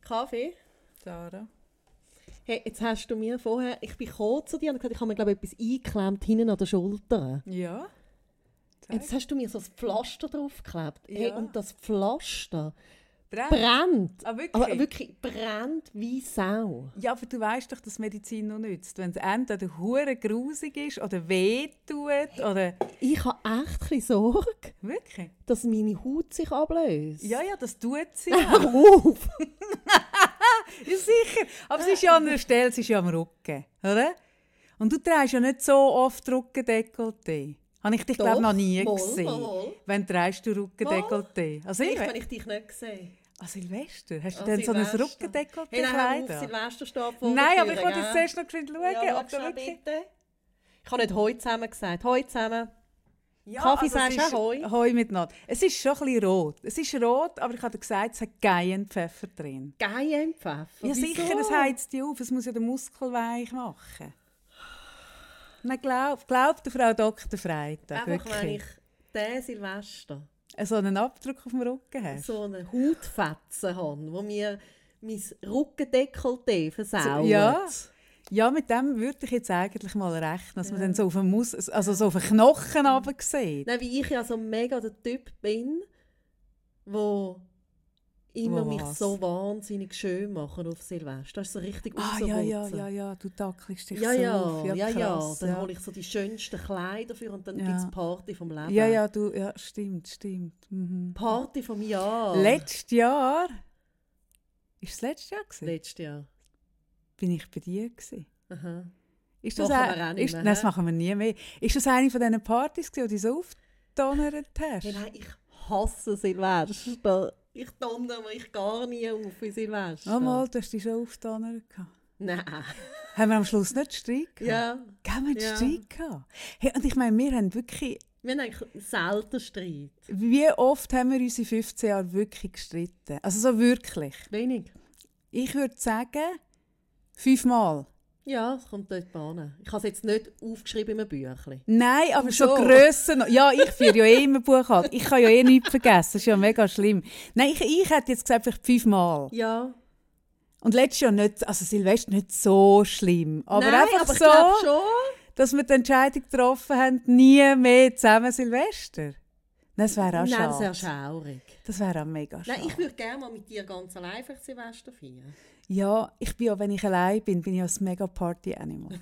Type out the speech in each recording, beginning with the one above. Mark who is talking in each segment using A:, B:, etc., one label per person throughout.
A: Kaffee.
B: Sarah.
A: Hey, jetzt hast du mir vorher, ich bin kurz zu dir und gesagt, ich habe mir glaube ich etwas eingeklemmt hinten an der Schulter.
B: Ja. Zeig.
A: Jetzt hast du mir so ein Pflaster draufgeklebt. Hey,
B: Ja. Äh.
A: und das Pflaster
B: Brennt.
A: brennt.
B: Ah, wirklich?
A: Aber wirklich brennt wie Sau.
B: Ja, aber du weißt doch, dass Medizin noch nützt. Wenn es entweder hure grusig ist oder weh tut oder
A: Ich habe echt ein bisschen Sorge,
B: wirklich.
A: dass meine Haut sich ablöst.
B: Ja, ja, das tut sie.
A: Hör auf!
B: Ja, sicher. Aber es ist ja an einer Stelle, es ist ja am Rücken, oder? Und du trägst ja nicht so oft Rückendekolleté. Habe ich dich,
A: Doch,
B: glaube ich, noch nie
A: mal,
B: gesehen.
A: mal, mal.
B: Wenn trägst du Rückendekolleté? Also,
A: Vielleicht,
B: Silve
A: wenn ich dich nicht gesehen
B: ah, Silvester, hast du
A: Ah,
B: denn so ein
A: Silvester. Hey, nein, hör
B: Rückendekolleté-Kleid?
A: auf,
B: an?
A: Silvester steht vor
B: Nein,
A: der
B: aber ich
A: Tür,
B: wollte
A: gell?
B: jetzt zuerst noch schnell schauen,
A: Ja, schau
B: ob da
A: schnell
B: wirklich...
A: bitte. Ich habe nicht «Hoi» zusammen gesagt. «Hoi» zusammen.
B: Ja,
A: Kaffee
B: es
A: sagst du
B: ist-
A: auch Hoi?
B: Hoi miteinander. Es ist schon ein bisschen rot. Es ist rot, aber ich habe dir gesagt, es hat geilen Pfeffer drin.
A: Geil im Pfeffer.
B: Ja
A: Wieso?
B: sicher, es heizt dich auf. Es muss ja den Muskel weich machen. Nein, glaub, glaub der Frau Dr.
A: Einfach,
B: Freitag,
A: wenn
B: wirklich. Äh,
A: ich diesen Silvester
B: So einen Abdruck auf dem Rücken hast.
A: so eine Hautfetzen habe, wo mir mein Rückendeckelté versauert.
B: ja. Ja, mit dem würde ich jetzt eigentlich mal rechnen, dass man dann so auf den, Mus also so auf den
A: Mhm.
B: Knochen runter sieht.
A: Nein, wie ich ja so mega der Typ bin, wo immer
B: Wo
A: mich
B: was?
A: so wahnsinnig schön machen auf Silvester. Das ist so richtig
B: Ah, ja, ja,
A: rausputzen.
B: ja, ja, du tackelst dich
A: Ja,
B: so
A: ja,
B: auf.
A: ja, ja.
B: krass,
A: Dann
B: ja.
A: hole ich so die schönsten Kleider für und dann
B: Ja.
A: gibt's Party vom Leben.
B: Ja, ja, du, ja, stimmt, stimmt. Mhm.
A: Party vom Jahr.
B: Letztes Jahr, ist es letztes Jahr gewesen?
A: Letztes Jahr.
B: Bin ich bei dir gewesen?
A: Aha.
B: Ist
A: Machen
B: ein-
A: wir auch nicht
B: ist,
A: mehr,
B: Nein, das
A: hä?
B: machen wir nie mehr. Ist das eine von diesen Partys gewesen, die du so aufgedonnert hast?
A: Hey, nou, nein, ich hasse Silvester. Ich donne mich gar nie auf wie Silvester.
B: Oh mal, du hast dich schon aufgedonnert. gehabt.
A: Nein.
B: Haben wir am Schluss nicht Streit gehabt?
A: Nou, Ja.
B: Gell, wir haben
A: Ja.
B: Streit gehabt. Hey, und ich meine, wir haben wirklich,
A: Wir haben eigentlich selten Streit.
B: wie oft haben wir unsere 15 Jahre wirklich gestritten? Also so wirklich.
A: Wenig.
B: Ich würde sagen, fünfmal.
A: Ja, es kommt dort an. Ich habe es jetzt nicht aufgeschrieben im Büchlein.
B: Nein, aber schon
A: so.
B: grösser noch. Ja, ich führe ja eh immer Buchhaltung. Ich kann ja eh nichts vergessen. Das ist ja mega schlimm. Nein, ich, ich hätte jetzt gesagt, vielleicht fünfmal.
A: Ja.
B: Und letztes Jahr nicht, also Silvester nicht so schlimm. Aber
A: Nein,
B: einfach
A: aber ich glaube
B: so,
A: schon.
B: dass wir die Entscheidung getroffen haben, nie mehr zusammen Silvester. Nein, Das wäre auch
A: Nein,
B: schade.
A: sehr schaurig.
B: Das wäre auch mega schade.
A: Nein, ich würde gerne mal mit dir ganz allein einfach Silvester feiern.
B: Ja, ich bin ja, wenn ich allein bin, bin ich ja ein mega Party-Animal.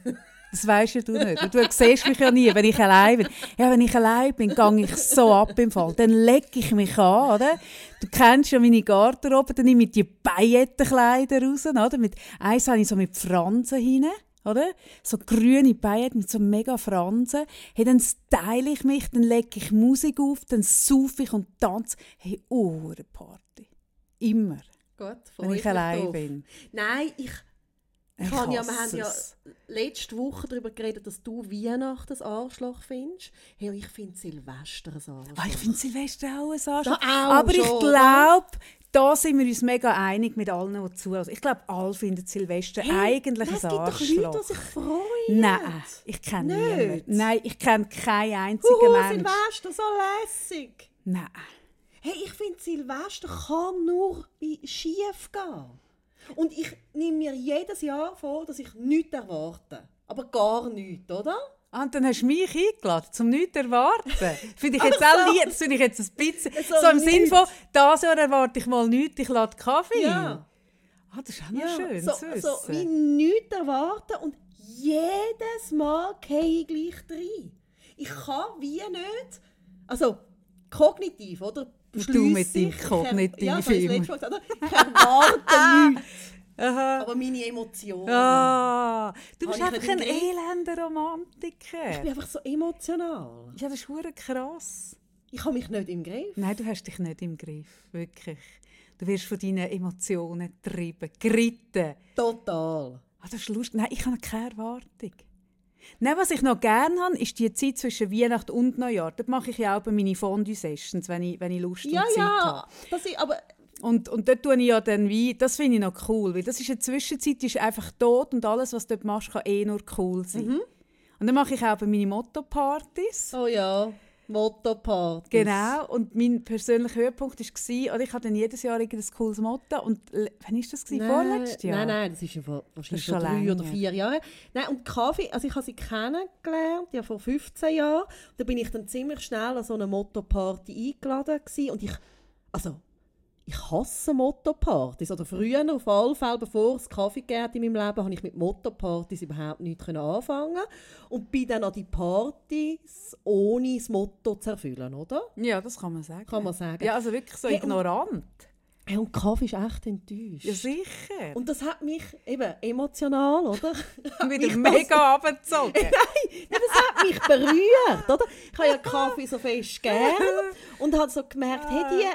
B: Das weisst ja du nicht. Und Du siehst mich ja nie, wenn ich allein bin. Ja, wenn ich allein bin, gehe ich so ab im Fall. Dann leg ich mich an, oder? Du kennst ja meine Garderobe, dann nehme ich die Paillettenkleider raus, oder? Mit, eins habe ich so mit Fransen hinein, oder? So grüne Pailletten mit so mega Fransen. Hey, dann style ich mich, dann lege ich Musik auf, dann saufe ich und tanze. Hey, oh, eine Party. Immer,
A: Gut, freue
B: wenn
A: mich
B: ich allein
A: drauf.
B: bin.
A: Nein, ich
B: Ich
A: kann ja, wir
B: hasse
A: haben ja
B: es.
A: letzte Woche darüber geredet, dass du Weihnachten ein Arschloch findest. Hey, und ich finde Silvester ein Arschloch.
B: Ah, ich finde Silvester auch ein Arsch.
A: Da auch
B: Aber ich
A: schon,
B: glaube, da sind wir uns mega einig mit allen, die zuhören. Ich glaube, alle finden Silvester eigentlich
A: Nein, es
B: ein
A: gibt doch Leute, die
B: Arschloch.
A: sich freuen.
B: Nein, ich kenne
A: Nicht?
B: niemanden. Nein, ich kenne keinen einzigen
A: Huhu,
B: Menschen.
A: Silvester, so lässig.
B: Nein.
A: Hey, ich finde, Silvester kann nur wie schief gehen. Und ich nehme mir jedes Jahr vor, dass ich nichts erwarte. Aber gar nichts, oder?
B: Ah, Und dann hast du mich eingeladen, zum nichts erwarten. Finde ich jetzt auch lieb, das finde ich jetzt ein bisschen.
A: Also. So
B: So, im Sinn
A: nichts.
B: von, dieses Jahr erwarte ich mal nichts, ich lade Kaffee ein.
A: Ja.
B: Ah, das ist auch noch schön
A: so,
B: zu wissen.
A: so wie nichts erwarten und jedes Mal gehe ich gleich rein. Ich kann wie nicht, also kognitiv, oder?
B: Du mit
A: Schließlich,
B: deinem
A: ich er-
B: Kognitiv
A: Ja, das habe ich
B: immer.
A: letztes Mal gesagt, oder? Ich erwarte nichts,
B: Äh, Aha.
A: aber meine Emotionen.
B: Ah, du
A: Habe
B: bist
A: ich
B: einfach ein
A: nicht im
B: elender
A: Ich
B: Romantiker.
A: bin einfach so emotional.
B: Ja, das ist hure krass.
A: Ich habe mich nicht im Griff.
B: Nein, du hast dich nicht im Griff, wirklich. Du wirst von deinen eh, Emotionen getrieben, geritten.
A: Total.
B: Ah, das ist lustig. Nein, ich habe keine Erwartung. Nein, was ich noch gerne habe, ist die Zeit zwischen Weihnachten und Neujahr. Dort mache ich ja auch meine Fondue-Sessions, wenn ich, wenn ich Lust
A: Ja,
B: und Zeit habe.
A: ja. Das ist, aber
B: Und, und dort tue ich ja dann wie, das finde ich noch cool, weil das ist eine Zwischenzeit, die ist einfach tot und alles, was du
A: Mhm.
B: dort machst, kann eh nur cool sein. Und dann mache ich auch bei meinen Motto-Partys.
A: Oh ja. Motto-Partys.
B: Genau, und mein persönlicher Höhepunkt war, oder ich hatte dann jedes Jahr irgendein cooles Motto. Und l- wann war das? Gewesen? Vorletztes Jahr?
A: Nein, nein, das ist ja vor, wahrscheinlich
B: schon
A: vor drei
B: länger.
A: oder vier Jahren. Nein, und Kaffee, also ich habe sie kennengelernt, ja vor 15 Jahren. Da bin ich dann ziemlich schnell an so eine Motto-Party eingeladen gewesen. Und ich, also, ich hasse Motto-Partys. Oder früher auf alle Fälle, bevor es Kaffee gegeben hat in meinem Leben, habe ich mit Motto-Partys überhaupt nichts können anfangen. Und bin dann an die Partys ohne das Motto zu erfüllen, oder?
B: Ja, das kann man sagen.
A: Kann man sagen.
B: Ja, also wirklich so
A: Hey, und-
B: ignorant.
A: Hey, und Kaffee ist echt enttäuscht.
B: Ja, sicher.
A: Und das hat mich eben emotional, oder?
B: Und wieder
A: mich
B: mega abgezogen.
A: Ja, das hat mich berührt, oder? Ich habe ja Kaffee so fest gern und habe so gemerkt, hey, die,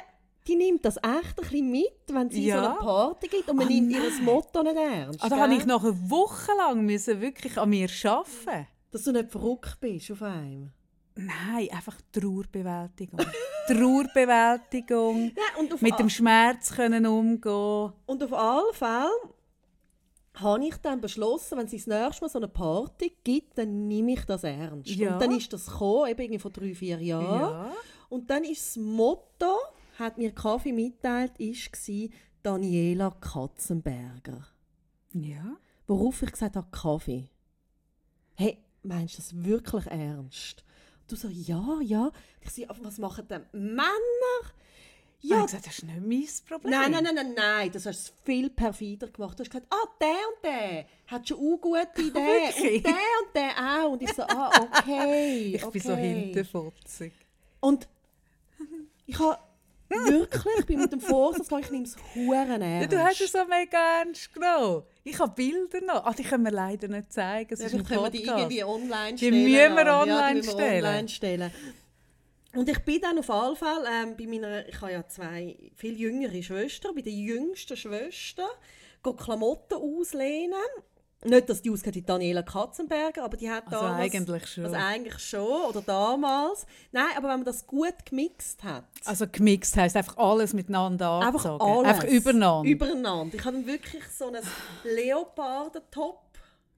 A: die nimmt das echt ein bisschen mit, wenn sie so
B: Ja.
A: eine Party gibt und man
B: Oh
A: nimmt
B: nein.
A: ihr Motto nicht ernst.
B: Also da
A: gell?
B: habe ich noch eine Woche lang müssen wirklich an mir arbeiten.
A: Dass du nicht verrückt bist auf einem.
B: Nein, einfach Trauerbewältigung. Trauerbewältigung.
A: Ja, und, auf
B: Mit dem Schmerz können umgehen.
A: und auf alle Fälle habe ich dann beschlossen, wenn sie das nächste Mal so eine Party gibt, dann nehme ich das ernst.
B: Ja.
A: Und dann ist das gekommen, eben irgendwie vor drei, vier Jahren.
B: Ja.
A: Und dann ist das Motto, hat mir Kaffee mitteilt, ist gsi Daniela Katzenberger.
B: Ja.
A: Worauf ich gesagt habe, Kaffee. Hey, meinst du das wirklich ernst? Du so, ja, ja. Ich so, aber was machen denn Männer?
B: Ja. Ich
A: Ja,
B: gesagt, das ist nicht mein Problem.
A: nein, nein, nein, nein, nein, das hast du viel perfider gemacht. Du hast gesagt, ah, der und der hat schon eine gute Idee. und
B: Wirklich?
A: der und der auch. Und ich so, ah, okay.
B: Ich bin so
A: okay.
B: hinterfotzig.
A: Und ich habe wirklich, ich bin mit dem Vorsatz gegangen, ich nehme es Huren
B: Ja,
A: ernst.
B: du hast es so mega ernst genommen. Ich habe Bilder noch. Ah, die können wir leider nicht zeigen. Es
A: ja,
B: ist ein
A: vielleicht können wir die
B: Podcast.
A: irgendwie online
B: Die
A: stellen.
B: müssen
A: ja.
B: wir
A: ja, die
B: online
A: müssen wir
B: stellen.
A: online stellen. Und ich bin dann auf alle Fälle ähm, bei meiner, ich habe ja zwei viel jüngere Schwestern, bei der jüngsten Schwester, gehe Klamotten auslehnen. Nicht, dass die ausgeht wie Daniela Katzenberger, aber die hat
B: Also
A: damals...
B: eigentlich schon.
A: Also eigentlich schon, oder damals. Nein, aber wenn man das gut gemixt hat.
B: Also gemixt heisst einfach alles miteinander
A: Einfach
B: angezogen.
A: alles.
B: Einfach übereinander.
A: Übereinander. Ich habe wirklich so ein Leopardentop,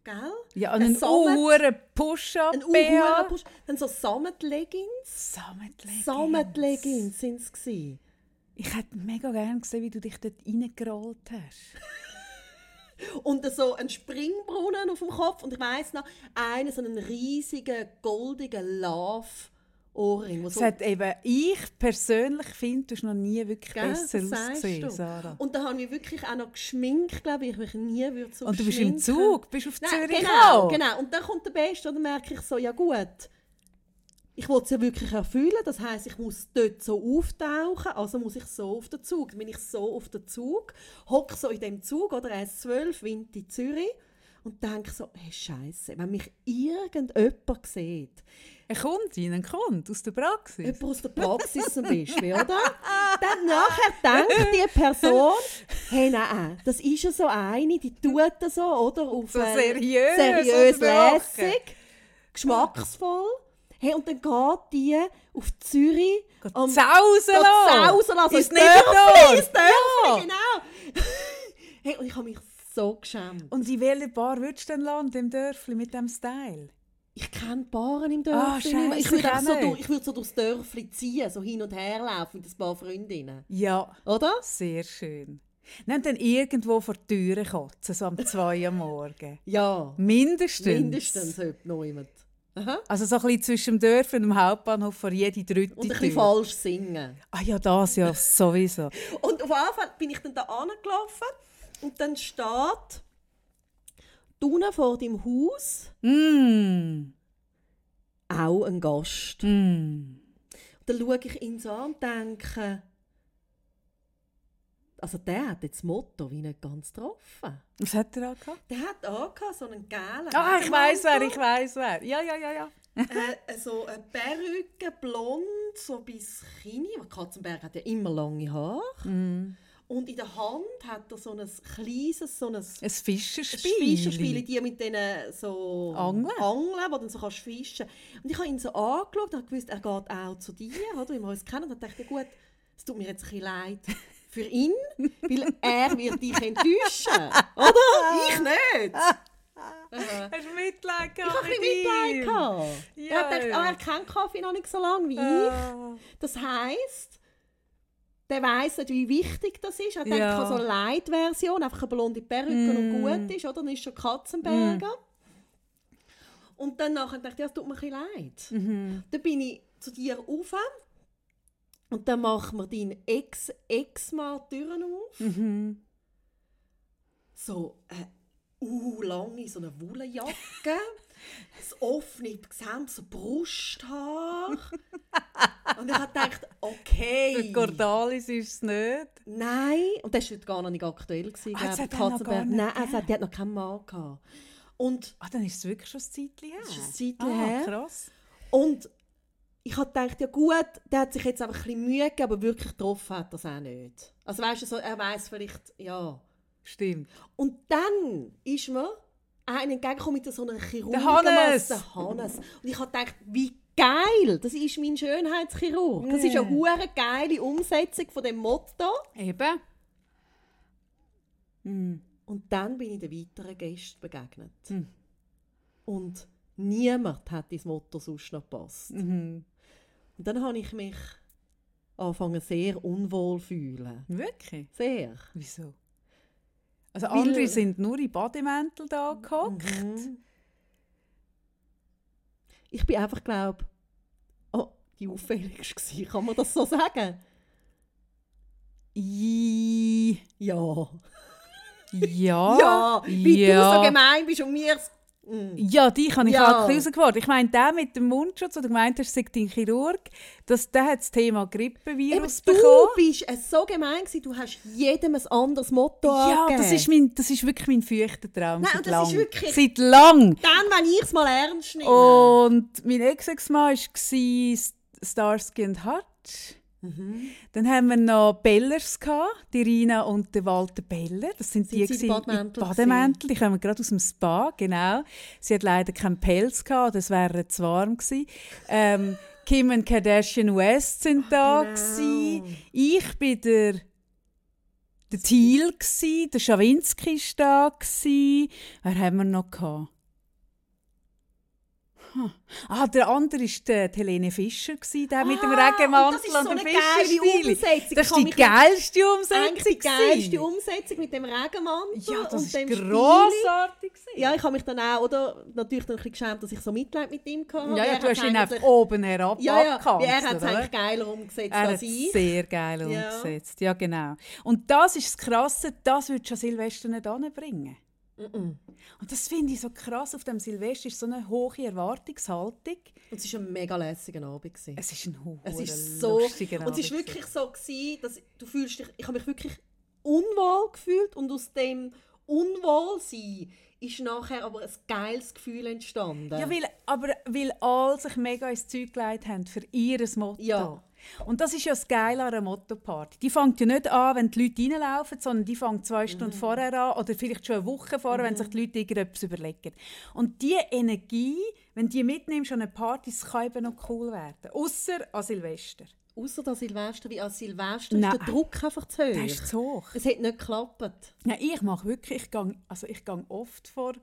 A: gell?
B: ja,
A: Ein
B: einen
A: Sammet-
B: uhren Push-up.
A: Ein
B: BH.
A: Uhurenbusch. Dann so Sammetleggings.
B: Sammetleggings.
A: Sammetleggings sind es gewesen.
B: Ich hätte mega gerne gesehen, wie du dich dort reingerollt hast.
A: Und so ein Springbrunnen auf dem Kopf. Und ich weiss noch, einen so einen riesigen, goldigen Love-Ohrring. der
B: Das hat eben, ich persönlich finde, du hast noch nie wirklich
A: Gell, das
B: besser
A: sagst
B: ausgesehen,
A: du.
B: Sarah.
A: Und da habe ich wirklich auch noch geschminkt, glaube ich, weil ich mich nie würde so
B: Und du bist im
A: schminken.
B: Zug, bist auf
A: Oh, Nein,
B: Zürich
A: genau,
B: auch.
A: genau. Und dann kommt der Beste und dann merke ich so, ja gut, ich will es ja wirklich erfüllen. Das heißt, ich muss dort so auftauchen, also muss ich so auf den Zug. Dann bin ich so auf den Zug, hocke so in dem Zug oder S12, Wind in Zürich und denke so, hey Scheiße, wenn mich irgendjemand sieht,
B: Ein Kunde, ein Kunde aus der Praxis.
A: Jemand aus der Praxis zum Beispiel, oder? Dann nachher denkt die Person, hey, nein, das ist ja so eine, die tut das so, oder? Auf
B: So
A: äh,
B: seriös,
A: seriös
B: oder barock.
A: lässig, Äh, geschmacksvoll. Hey, und dann geht die auf Zürich
B: Geht
A: am-
B: sausen
A: geht
B: lassen.
A: sausen lassen. ins
B: Ist nicht
A: Dörfli,
B: dort.
A: ins Dörfli,
B: Ja.
A: genau. hey, und ich habe mich so geschämt.
B: Und in welcher Bar würdest du denn landen, im Dörfli, mit diesem Style?
A: Ich kenne Baren im
B: Ah,
A: Dörfli nicht mehr. Ich
B: scheisse, ich
A: würde einfach
B: auch
A: so,
B: nicht.
A: durch- ich würde so durchs Dörfli ziehen, so hin und her laufen mit ein paar Freundinnen.
B: Ja,
A: Oder?
B: sehr schön. Nimm dann irgendwo vor die Türe kotzen, so am 2 am Morgen.
A: Ja,
B: Mindestens.
A: mindestens heute noch jemand. Aha.
B: Also so ein bisschen zwischen dem Dörfli und dem Hauptbahnhof vor jede dritte
A: Und ein bisschen
B: Tür.
A: falsch singen.
B: Ah ja, das ja sowieso.
A: Und auf Anfang bin ich dann da angelaufen und dann steht unten vor dem Haus
B: Mm,
A: auch ein Gast.
B: mm.
A: Dann schaue ich ihn so an und denke, also der hat jetzt das Motto wie nicht ganz getroffen.
B: Was hat er angehabt?
A: Der hat auch so einen gelben
B: Ah, ich weiß wer,
A: Regenmantel.
B: ich weiß wer. Ja, ja, ja, ja.
A: äh, so eine Perücke, blond, so bis Kini. weil Katzenberg hat ja immer lange Haare.
B: Mm.
A: Und in der Hand hat er so ein kleines, so ein
B: Ein
A: Fischerspiel,
B: Fischerspiel.
A: die mit diesen so
B: Angeln?
A: Angeln, wo dann so kannst fischen Und ich habe ihn so angeschaut und gewusst, er geht auch zu dir, oder, wie wir uns kennen. Und dann dachte ich, gut, es tut mir jetzt ein bisschen leid für ihn, weil er wird dich enttäuschen, oder? Ich nicht. Aha.
B: Hast du Mitleid
A: Ich habe ein bisschen Mitleid gehabt.
B: Ja.
A: Er
B: Ah.
A: hat gedacht, oh, er kennt Kaffee noch nicht so lange wie ich. Das heisst, der weiss nicht, wie wichtig das ist. Er denkt,
B: Ja.
A: ja. so eine Light-Version, einfach eine blonde Perücke und gut ist, oder? Dann ist schon Katzenberger. Und dann nachher dachte ich, ja, es tut mir ein bisschen leid. Dann bin ich zu dir rauf und dann machen wir deinen Ex, Ex-Mal die Türen auf. So eine uh, lange, so eine Wollenjacke. das offene Gesamt, so Brusthaar. und ich habe gedacht, okay.
B: Cordalis ist es nicht.
A: Nein, und das war heute gar noch nicht aktuell. Gewesen,
B: Ah, das
A: glaub ich.
B: hat er noch gar nicht
A: Nein, also, die hat noch keinen Mann gehabt. Und,
B: Ah, dann ist es wirklich schon ein Zeitchen her.
A: ist schon ein Zeitchen
B: ah,
A: her.
B: krass.
A: und ich habe gedacht, ja gut, der hat sich jetzt einfach ein bisschen Mühe gegeben, aber wirklich getroffen hat er es auch nicht. Also weißt du, so, er weiß vielleicht, ja.
B: Stimmt.
A: Und dann ist mir einer entgegengekommen mit so einer Chirurgen.
B: Der Hannes!
A: Der Hannes. Und ich habe gedacht, wie geil, das ist mein Schönheitschirurg. Das ist eine
B: Mm.
A: hure geile Umsetzung von dem Motto.
B: Eben. Hm,
A: Und dann bin ich den weiteren Gästen begegnet. Und niemand hat ins Motto sonst noch gepasst.
B: mhm.
A: Und dann habe ich mich angefangen sehr unwohl zu fühlen.
B: Wirklich?
A: Sehr.
B: Wieso? Also andere
A: Weil-
B: sind nur in Bademäntel da gehockt.
A: Mhm. Ich bin einfach, glaube oh, die auffälligste gewesen. Kann man das so sagen?
B: I-
A: Ja.
B: Ja.
A: ja, wie
B: Ah, ja.
A: du so gemein bist und mir... Mm.
B: Ja, die habe ich
A: Ja.
B: halt rausgeworden. Ich meine, der mit dem Mundschutz, oder gemeint hast, sei dein Chirurg, das, der hat das Thema
A: Eben,
B: Grippevirus
A: du
B: bekommen.
A: bist äh, so gemein gewesen, du hast jedem ein anderes Motto
B: Ja,
A: angegeben.
B: das ist, mein, das ist wirklich mein feuchter Traum.
A: Nein,
B: seit
A: und das ist
B: lang.
A: wirklich-
B: Seit lang.
A: Dann, wenn ich es mal ernst nehme.
B: Oh, Und mein Ex-Ex-Mann war Starsky and Hutch. Dann haben wir noch Bellers, gehabt, die Rina und der Walter Beller. Das sind,
A: Sind
B: die
A: sie in
B: gewesen in
A: Badmänteln
B: Bademäntel. Die kommen gerade aus dem Spa, genau. Sie hat leider keinen Pelz, gehabt, das wäre zu warm gewesen. Ähm, Kim und Kardashian West sind da.
A: genau.
B: Gewesen. Ich bin der der Thiel gsi, der Schawinski war da gsi. Wer haben wir noch gehabt? Hm. Ah, der andere ist der die Helene Fischer gsi, der mit dem
A: Ah, und
B: Regenmantel
A: das ist so
B: und dem
A: eine geile
B: Fischerspiel.
A: Umsetzung.
B: Das
A: Ich
B: ist
A: kann
B: die
A: mich
B: geilste
A: eigentlich
B: Umsetzung.
A: die geilste
B: gsi.
A: Umsetzung mit dem Regenmantel
B: Ja, das
A: und
B: ist
A: dem Spieli.
B: grossartig. gsi.
A: Ja, ich habe mich dann auch, oder, natürlich dann ein bisschen geschämt, dass ich so Mitleid mit ihm hatte.
B: ja,
A: Er
B: ja du
A: hat's
B: hast ihn
A: eigentlich-
B: einfach oben herab
A: also- Ja, ja,
B: abgekanzelt,
A: weil er halt hat es
B: oder?
A: eigentlich geiler umgesetzt
B: Er
A: als
B: hat
A: ich.
B: sehr geil
A: Ja.
B: umgesetzt, ja genau. Und das ist das Krasse, das würde schon Silvester nicht anbringen. Und das finde ich so krass, auf dem Silvester ist so eine hohe Erwartungshaltung.
A: Und es war ein mega lässiger Abend. Gewesen.
B: Es ist ein hoher
A: Es ist so. Und es war wirklich so, gewesen, dass du fühlst dich, ich habe mich wirklich unwohl gefühlt und aus dem Unwohlsein ist nachher aber ein geiles Gefühl entstanden.
B: Ja, weil, aber weil alle sich mega ins Zeug gelegt haben für ihr Motto.
A: Ja.
B: Und das ist ja das Geile an einer Motto-Party. Die fängt ja nicht an, wenn die Leute reinlaufen, sondern die fängt zwei Stunden
A: Mhm.
B: vorher an oder vielleicht schon eine Woche vorher, wenn sich die Leute irgendetwas überlegen. Und diese Energie, wenn die mitnimmst an eine Party, das kann eben noch cool werden. Außer an Silvester.
A: Außer der Silvester, wie an Silvester
B: Nein.
A: ist der Druck einfach zu hoch.
B: Der ist zu hoch.
A: Es hat nicht geklappt.
B: Ja, ich mache wirklich, ich gehe also ich gang oft vor,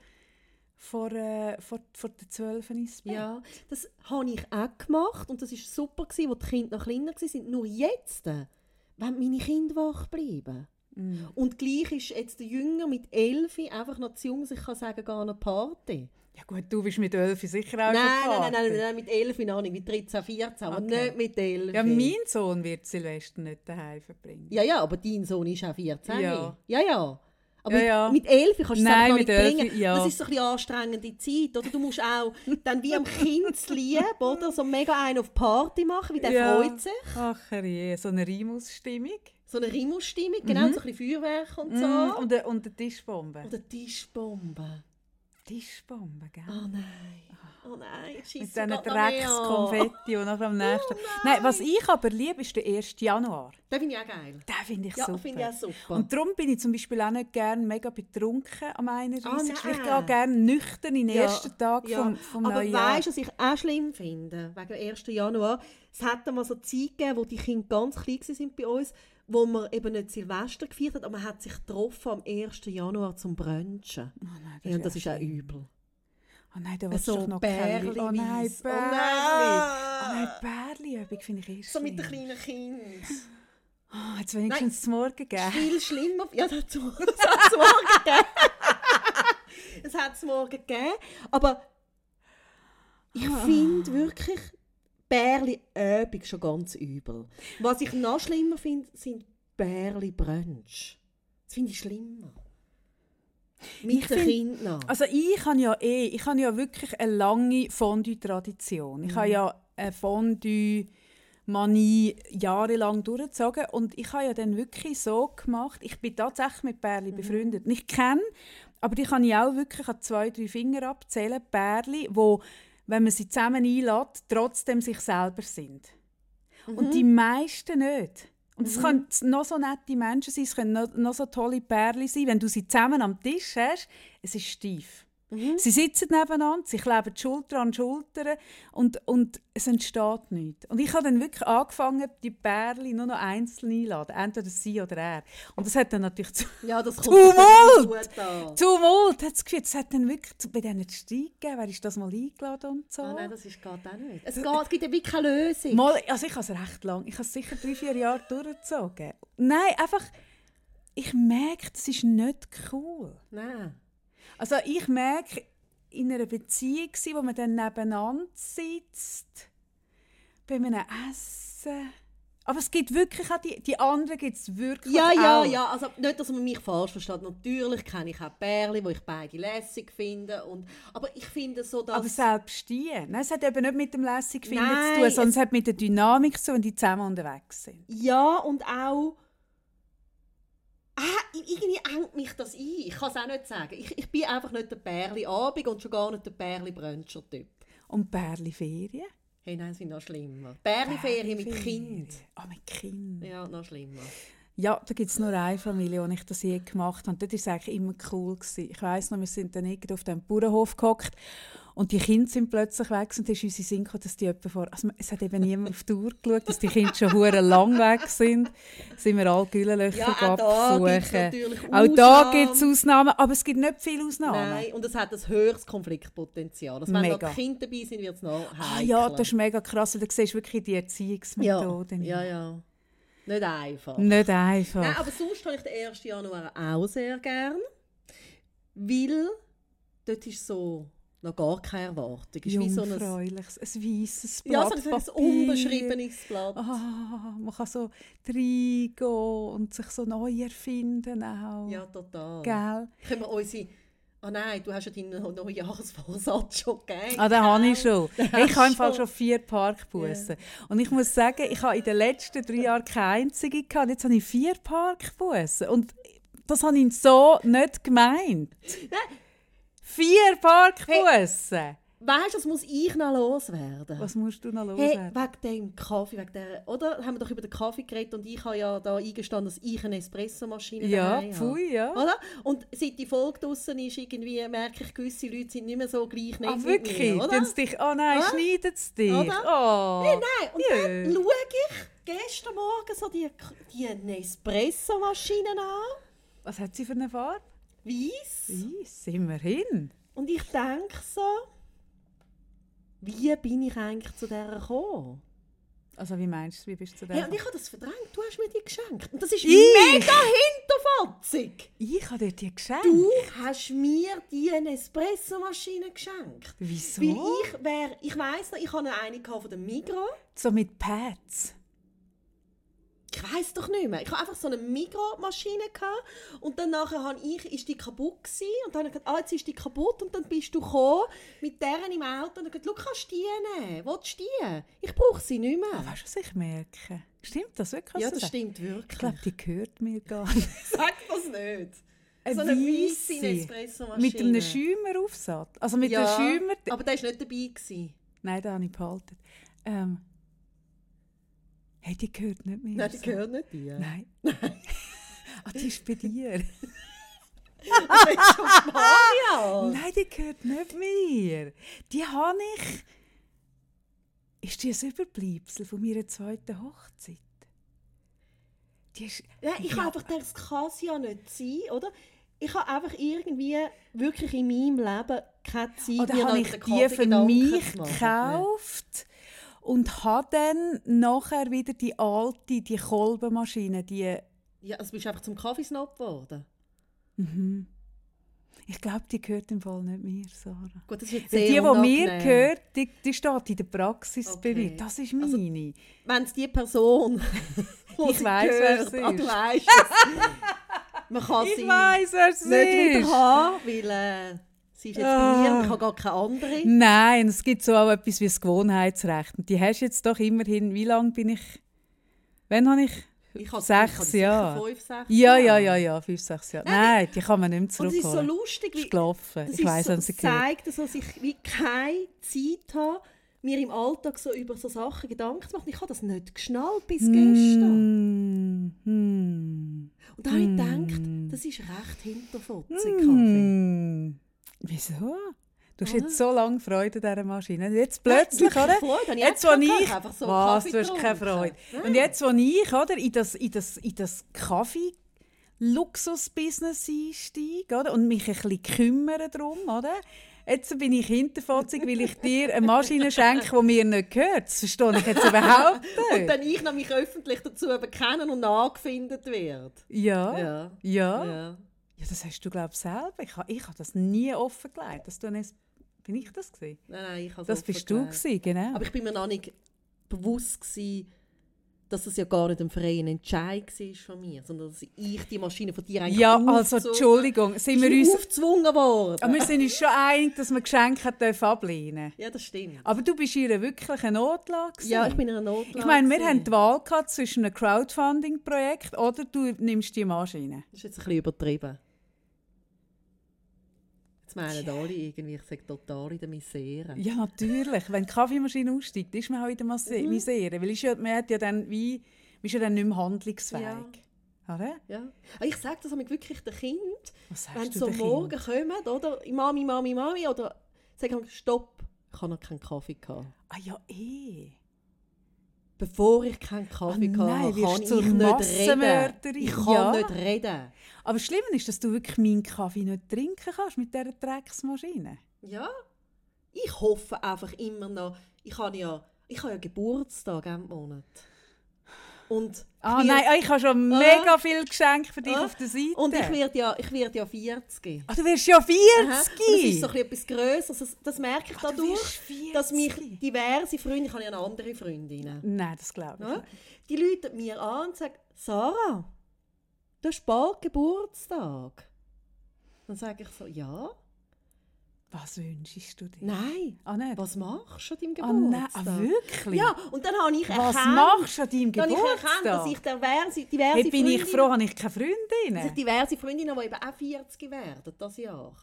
B: vor, äh, vor, vor den 12 ins Bett.
A: Ja, das habe ich auch gemacht und das war super, gewesen, als die Kinder noch kleiner waren. Nur jetzt, äh, wenn meine Kinder wach bleiben.
B: Mhm.
A: Und gleich ist jetzt der Jünger mit Elfi einfach noch zu jung, dass ich kann sagen, gar eine Party.
B: Ja gut, du bist mit 11 sicher auch
A: Nein,
B: schon
A: nein, nein,
B: Party.
A: nein, nein, mit 11 noch nicht, mit 13, 14, aber
B: Okay.
A: nicht mit 11.
B: Ja, mein Sohn wird Silvester nicht daheim verbringen.
A: ja, ja, aber dein Sohn ist auch 14.
B: Ja.
A: Ja, ja. ja. Aber
B: Ja, ja.
A: mit mit 11 kannst du es
B: Nein,
A: einfach noch
B: mit
A: nicht
B: 11,
A: bringen.
B: ja.
A: Das ist so ein bisschen anstrengende Zeit. Oder? Du musst auch dann wie am Kindslieb oder? so mega einen auf Party machen, wie der
B: Ja.
A: freut sich.
B: Ach je, so eine Rimus-Stimmung.
A: So eine Rimusstimmung,
B: Mhm.
A: genau, so ein bisschen Feuerwerk und so.
B: Mm, Und, eine- und eine Tischbombe.
A: Oder Tischbombe.
B: Tischbombe, gell?
A: Oh nein. Oh nein, scheiße.
B: Mit diesen Dreckskonfetti und nachher am nächsten. nein. was ich aber liebe, ist der 1. Januar.
A: Den finde ich auch geil.
B: Den finde ich
A: Ja,
B: super.
A: finde ich auch super.
B: Und darum bin ich zum Beispiel auch nicht gerne mega betrunken am 31.
A: Ah, nein.
B: ich gehe auch gerne nüchtern in den
A: Ja,
B: ersten Tag
A: ja.
B: vom, vom
A: Aber
B: neuen Jahr.
A: weißt du, was ich auch schlimm finde? Wegen dem 1. Januar. Es hat mal so Zeit gegeben, wo die Kinder ganz klein waren bei uns, wo man eben nicht Silvester gefeiert hat, aber man hat sich getroffen am 1. Januar zum Brunchen.
B: Oh nein,
A: Ja, und das
B: ja
A: ist auch
B: schlimm.
A: übel.
B: Oh nein, da willst du
A: So
B: doch noch Kelly. Oh nein,
A: Bärli-weiss. Oh
B: Bärli. Oh nein,
A: nein.
B: Bärli-Übung finde ich eh
A: So mit den
B: schlimm.
A: kleinen Kindern.
B: Oh, jetzt wenigstens zum Morgen gegeben.
A: Viel schlimmer. Ja, das hat es morgen gegeben. Es hat es morgen gegeben. Aber ich
B: Ah.
A: finde wirklich Bärli Übung schon ganz übel. Was ich noch schlimmer finde, sind Bärli Brunch. Das finde ich schlimmer. Mit
B: Ich
A: den
B: find-
A: Kindern. noch.
B: Also ich habe ja eh, ich habe ja wirklich eine lange Fondue-Tradition. Ich habe ja eine Fondue-Manie jahrelang durchgezogen und ich habe ja dann wirklich so gemacht, ich bin tatsächlich mit Bärli befreundet. Und Ich kenne, aber die kann ich auch wirklich an zwei, drei Finger abzählen, Bärli, wo wenn man sie zusammen einlädt, trotzdem sich selber sind.
A: Mhm.
B: Und die meisten nicht. Und es können noch so nette Menschen sein, es können noch, noch so tolle Pärchen sein. Wenn du sie zusammen am Tisch hast, es ist steif.
A: Mhm.
B: Sie sitzen nebeneinander, sie kleben Schulter an Schulter und, und es entsteht nichts. Und ich habe dann wirklich angefangen, die Pärchen nur noch einzeln einladen, entweder sie oder er. Und das hat dann natürlich zu
A: Ja, das kommt
B: Tumult!
A: natürlich gut an.
B: Tumult hat es geführt. Es hat dann wirklich zu- bei denen Streit gegeben, wer ist das mal eingeladen und so.
A: Ah, nein, das ist, geht auch nicht. Es, geht, es gibt ja wie keine Lösung.
B: Mal, also ich habe es recht lang. Ich habe es sicher drei, vier Jahre durchgezogen. Nein, einfach, ich merke, das ist nicht cool.
A: Nein.
B: Also ich merke, in einer Beziehung sein, wo man dann nebeneinander sitzt, bei einem Essen. Aber es gibt wirklich auch die, die anderen gibt es wirklich
A: Ja, ja,
B: auch.
A: ja. nou, Also nicht, dass man mich falsch versteht. Natürlich kenne ich auch Bärli, wo ich beide lässig finde. Und, aber ich finde so, dass...
B: Aber selbst die. Nein, es hat eben nicht mit dem lässig finden
A: Nein,
B: zu tun,
A: es-
B: sondern es hat mit der Dynamik zu tun, wenn die zusammen unterwegs sind.
A: ja, und auch... Ah, irgendwie engt mich das ein. Ich kann es auch nicht sagen. Ich, ich bin einfach nicht der Bärli-Abend und schon gar nicht der Bärli-Bruncher-Typ.
B: Und Bärli-Ferien?
A: Hey, nou, nein, das finde ich noch schlimmer. Bärli-Ferien mit Kind.
B: Ah, mit Kind.
A: Ja, noch schlimmer.
B: Ja, da gibt es nur eine Familie, die ich das je gemacht habe. Dort war es eigentlich immer cool. Gewesen. Ich weiss noch, wir sind dann irgendwie auf dem Bauernhof gehockt und die Kinder sind plötzlich weg und dann ist uns in den Sinn gekommen, dass die jemand vor... Also es hat eben niemand auf die Uhr geschaut, dass die Kinder schon hure lang weg sind. sind wir alle Güllenlöcher
A: Ja, auch da gibt's natürlich
B: Auch da
A: Ausnahmen.
B: gibt es Ausnahmen, aber es gibt nicht viele Ausnahmen.
A: Nein, und es hat ein höheres Konfliktpotenzial. Also, wenn
B: Mega.
A: noch Kinder dabei sind, wird es noch
B: Ah,
A: heikler.
B: ja, das ist mega krass, weil du siehst wirklich die
A: ja.
B: Erziehungsmethoden.
A: ja, ja. Nicht einfach.
B: Nicht einfach.
A: Nein, aber sonst habe ich den 1. Januar auch sehr gern. Weil dort ist so noch gar keine Erwartung. Ist wie so ein,
B: Jungfräuliches, ein weißes Blatt
A: ja, so ein
B: Papier.
A: unbeschriebenes Blatt.
B: Ah, man kann so reingehen und sich so neu erfinden auch.
A: Ja, total.
B: Gell?
A: Können wir unsere... Ah nein, du hast ja deinen Neujahrsvorsatz schon gegeben.
B: Ah, den habe ich schon. Hey, ich habe im Fall
A: schon.
B: schon vier Parkbussen. Und ich muss sagen, ich habe in den letzten drei Jahren keine einzige gehabt. Und Jetzt habe ich vier Parkbussen. Und das habe ich so nicht gemeint. Vier Parkbussen!
A: Weißt du, das muss ich noch loswerden.
B: Was musst du noch
A: Hey,
B: loswerden?
A: wegen dem Kaffee, wegen der, oder? Haben wir doch über den Kaffee geredet und ich habe ja da eingestanden, dass ich eine Espressomaschine
B: ja,
A: daheim habe.
B: pfui, ja.
A: Oder? Und seit die Folge draussen ist, irgendwie merke ich, gewisse Leute sind nicht mehr so gleich nett
B: Ah,
A: mit
B: wirklich?
A: mir, oder?
B: Tun sie dich, oh nein,
A: Oder?
B: schneiden sie dich. Oh.
A: Nein, nein. Und
B: Jö.
A: dann schaue ich gestern Morgen so die, die Nespresso-Maschine an.
B: Was hat sie für eine Farbe?
A: Weiss.
B: Weiss, immerhin.
A: Und ich denke so, wie bin ich eigentlich zu dieser gekommen?
B: Also wie meinst du, wie bist du zu dem?
A: Hey, und ich habe das verdrängt, du hast mir die geschenkt. Und das ist
B: Ich?
A: mega hinterfotzig.
B: ich habe dir die geschenkt.
A: Du hast mir die Nespresso-Maschine geschenkt.
B: Wieso?
A: Weil ich wär, ich weiss noch, ich hatte eine gehabt von der Migros.
B: So mit Pads.
A: Ich weiss doch nicht mehr. Ich hatte einfach so eine Migros-Maschine gehabt und dann nachher habe ich, ist die kaputt gewesen und dann habe ich gedacht, ah, jetzt ist die kaputt und dann bist du gekommen mit deren im Auto und dann gesagt, «Schau, kannst du die nehmen? Willst du die? Ich brauche sie nicht mehr.
B: Ah, Weißt du, was ich merke? Stimmt das wirklich? was
A: ja,
B: du
A: das
B: sagst?
A: stimmt
B: Ich
A: wirklich.
B: glaube, die gehört mir gar nicht.
A: Sag das nicht.
B: Eine
A: so eine
B: weisse.
A: weisse Nespresso-Maschine.
B: Äh, Mit einem Schäumeraufsatz. Also mit
A: ja,
B: einem Schäumer...
A: aber der war nicht dabei. Gewesen.
B: Nein, den habe ich behalten. Ähm. Hey, die gehört nicht mir.
A: Nein, die gehört nicht dir.
B: Nein. ah, die ist bei dir.
A: Das ist schon Maria.
B: Nein, die gehört nicht mir. Die habe ich. Ist die ein Überbleibsel von meiner zweiten Hochzeit? Die ist,
A: Nein, ich habe einfach gedacht, das kann es ja nicht sein, oder? Ich habe einfach irgendwie wirklich in meinem Leben keine Zeit
B: oder
A: mir
B: Oh,
A: noch
B: habe ich
A: den
B: die für
A: Gedanken
B: mich
A: zu machen.
B: gekauft und habe dann nachher wieder die alte, die Kolbenmaschine, die
A: Ja, also bist du einfach zum Kaffeesnob geworden.
B: ich glaube, die gehört im Fall nicht mir, Sarah.
A: Gut, das wird
B: Weil
A: sehr
B: die, die mir
A: unangenehm.
B: gehört, die, die steht in der Praxis
A: Okay. Also,
B: bei mir. Das ist meine.
A: Wenn es die Person, die
B: Ich
A: sie
B: weiss, wer es
A: gehört, ah, du
B: ist.
A: weißt es. Man kann sie
B: ich weiß, wer es
A: nicht
B: ist. Ah.
A: wieder haben, weil äh, sie ist jetzt bei mir und ich habe gar keine andere.
B: Nein, es gibt so auch etwas wie das Gewohnheitsrecht. Und die hast du jetzt doch immerhin, wie lange bin ich? Wann habe ich?
A: Ich habe
B: Sechs
A: ich habe sicher
B: Jahre.
A: Fünf, sechs
B: Ja, ja,
A: Jahre.
B: ja, ja, fünf, sechs Jahre. Nein, die kann man nicht
A: Und
B: mehr
A: es ist so
B: zurückholen.
A: lustig,
B: ist
A: wie
B: gelaufen.
A: das
B: Ich weiss, wenn
A: ist
B: sie
A: so,
B: gehört.
A: zeigt, dass ich wie keine Zeit habe, mir im Alltag so über so Sachen Gedanken zu machen. Ich habe das nicht geschnallt bis gestern.
B: Mm, mm,
A: Und da habe ich gedacht, das ist recht hinterfotzig, Kaffee.
B: mm. Wieso? Du hast jetzt so lange Freude an dieser Maschine. Und Jetzt
A: Nein,
B: plötzlich,
A: wirklich
B: oder?
A: Freude, habe ich
B: Jetzt,
A: auch
B: wo
A: gehabt,
B: ich...
A: einfach so
B: was,
A: Kaffee
B: du hast keine
A: getrunken.
B: Freude. Und jetzt, wo ich oder, in das, in das, in das Kaffee-Luxus-Business einsteige oder, und mich ein bisschen kümmere darum, oder? Jetzt bin ich hinterfotzig, weil ich dir eine Maschine schenke, die mir nicht gehört. Das verstehe ich jetzt überhaupt
A: Und
B: nicht.
A: dann ich noch mich öffentlich dazu bekennen und angefindet werde.
B: Ja, ja.
A: Ja.
B: ja.
A: ja.
B: das hast du, glaube ich, selber. Ich habe, ich habe das nie offen gelegt. Dass du ein, bin ich das gewesen?
A: Nein, nein, ich habe es
B: Das
A: offen
B: bist du
A: gelegt.
B: gewesen, genau.
A: Aber ich bin mir noch nicht bewusst gewesen, dass es ja gar nicht ein freien Entscheid war von mir, sondern dass ich die Maschine von dir eigentlich
B: Ja, also,
A: aufgezwungen-
B: Entschuldigung, sind wir
A: Ich bin
B: uns
A: aufgezwungen worden.
B: Aber wir sind uns schon einig, dass wir Geschenke dürfen ablehnen
A: Ja, das stimmt.
B: Aber du bist in einer wirklichen Notlage. gewesen.
A: Ja, ich bin in einer Notlage.
B: Ich meine, wir
A: gewesen.
B: haben die Wahl gehabt zwischen einem Crowdfunding-Projekt oder du nimmst die Maschine.
A: Das ist jetzt ein bisschen übertrieben. Jetzt meinen alle irgendwie, ich sage total in der Misere.
B: Ja, natürlich. Wenn die Kaffeemaschine aussteigt, ist man auch in der Masse
A: Mhm.
B: Misere. Weil ist ja, man, hat ja dann wie, man ist ja dann nicht mehr handlungsfähig. Oder?
A: Ja. Oh, Aber Ich sage das manchmal wirklich den Kind,
B: Was sagst
A: wenn
B: du
A: sie so
B: den
A: morgen
B: Kindern?
A: kommen, oder? Mami, Mami, Mami, oder sagen wir, stopp, ich habe noch keinen Kaffee gehabt.
B: Ah ja, eh.
A: Bevor ich keinen Kaffee
B: Ah,
A: oh,
B: nein,
A: hatte,
B: wirst
A: kann ich
B: zur
A: nicht
B: Massenmörderin.
A: reden. Ich kann
B: Ja.
A: nicht reden.
B: Aber das Schlimme ist, dass du wirklich meinen Kaffee nicht trinken kannst mit dieser Drecksmaschine.
A: Ja. Ich hoffe einfach immer noch. Ich habe ja, ich habe ja Geburtstag im Monat. Und
B: Ah
A: ich
B: nein,
A: werde-
B: ah, ich habe schon mega viel Geschenke für dich
A: Ah,
B: auf der Seite.
A: und ich werde ja, ich werde ja 40.
B: Ah, du wirst ja 40!
A: Aha. Und das ist so ein bisschen etwas Größeres. Das, das merke ich
B: Ah, du
A: dadurch,
B: wirst 40.
A: dass mich diverse Freunde, ich habe ja eine andere Freundin.
B: Nein, das glaube ich
A: Ja?
B: nicht.
A: Die läuten mir an und sagen, Sarah, du hast bald Geburtstag. Dann sage ich so, ja,
B: Was wünschst du dir?
A: nein,
B: Ah, nicht?
A: was machst du an deinem
B: ah, nein,
A: Geburtstag?
B: ah, wirklich?
A: Ja, und dann habe ich
B: Was
A: erkannt,
B: machst du an deinem
A: dann habe ich erkannt, dass ich
B: Geburtstag?
A: diverse, diverse
B: Hey, bin ich
A: Freundinnen-
B: froh, habe ich keine
A: dass ich
B: Freundin.
A: diverse Freundinnen, die eben auch 40 werden, das Jahr.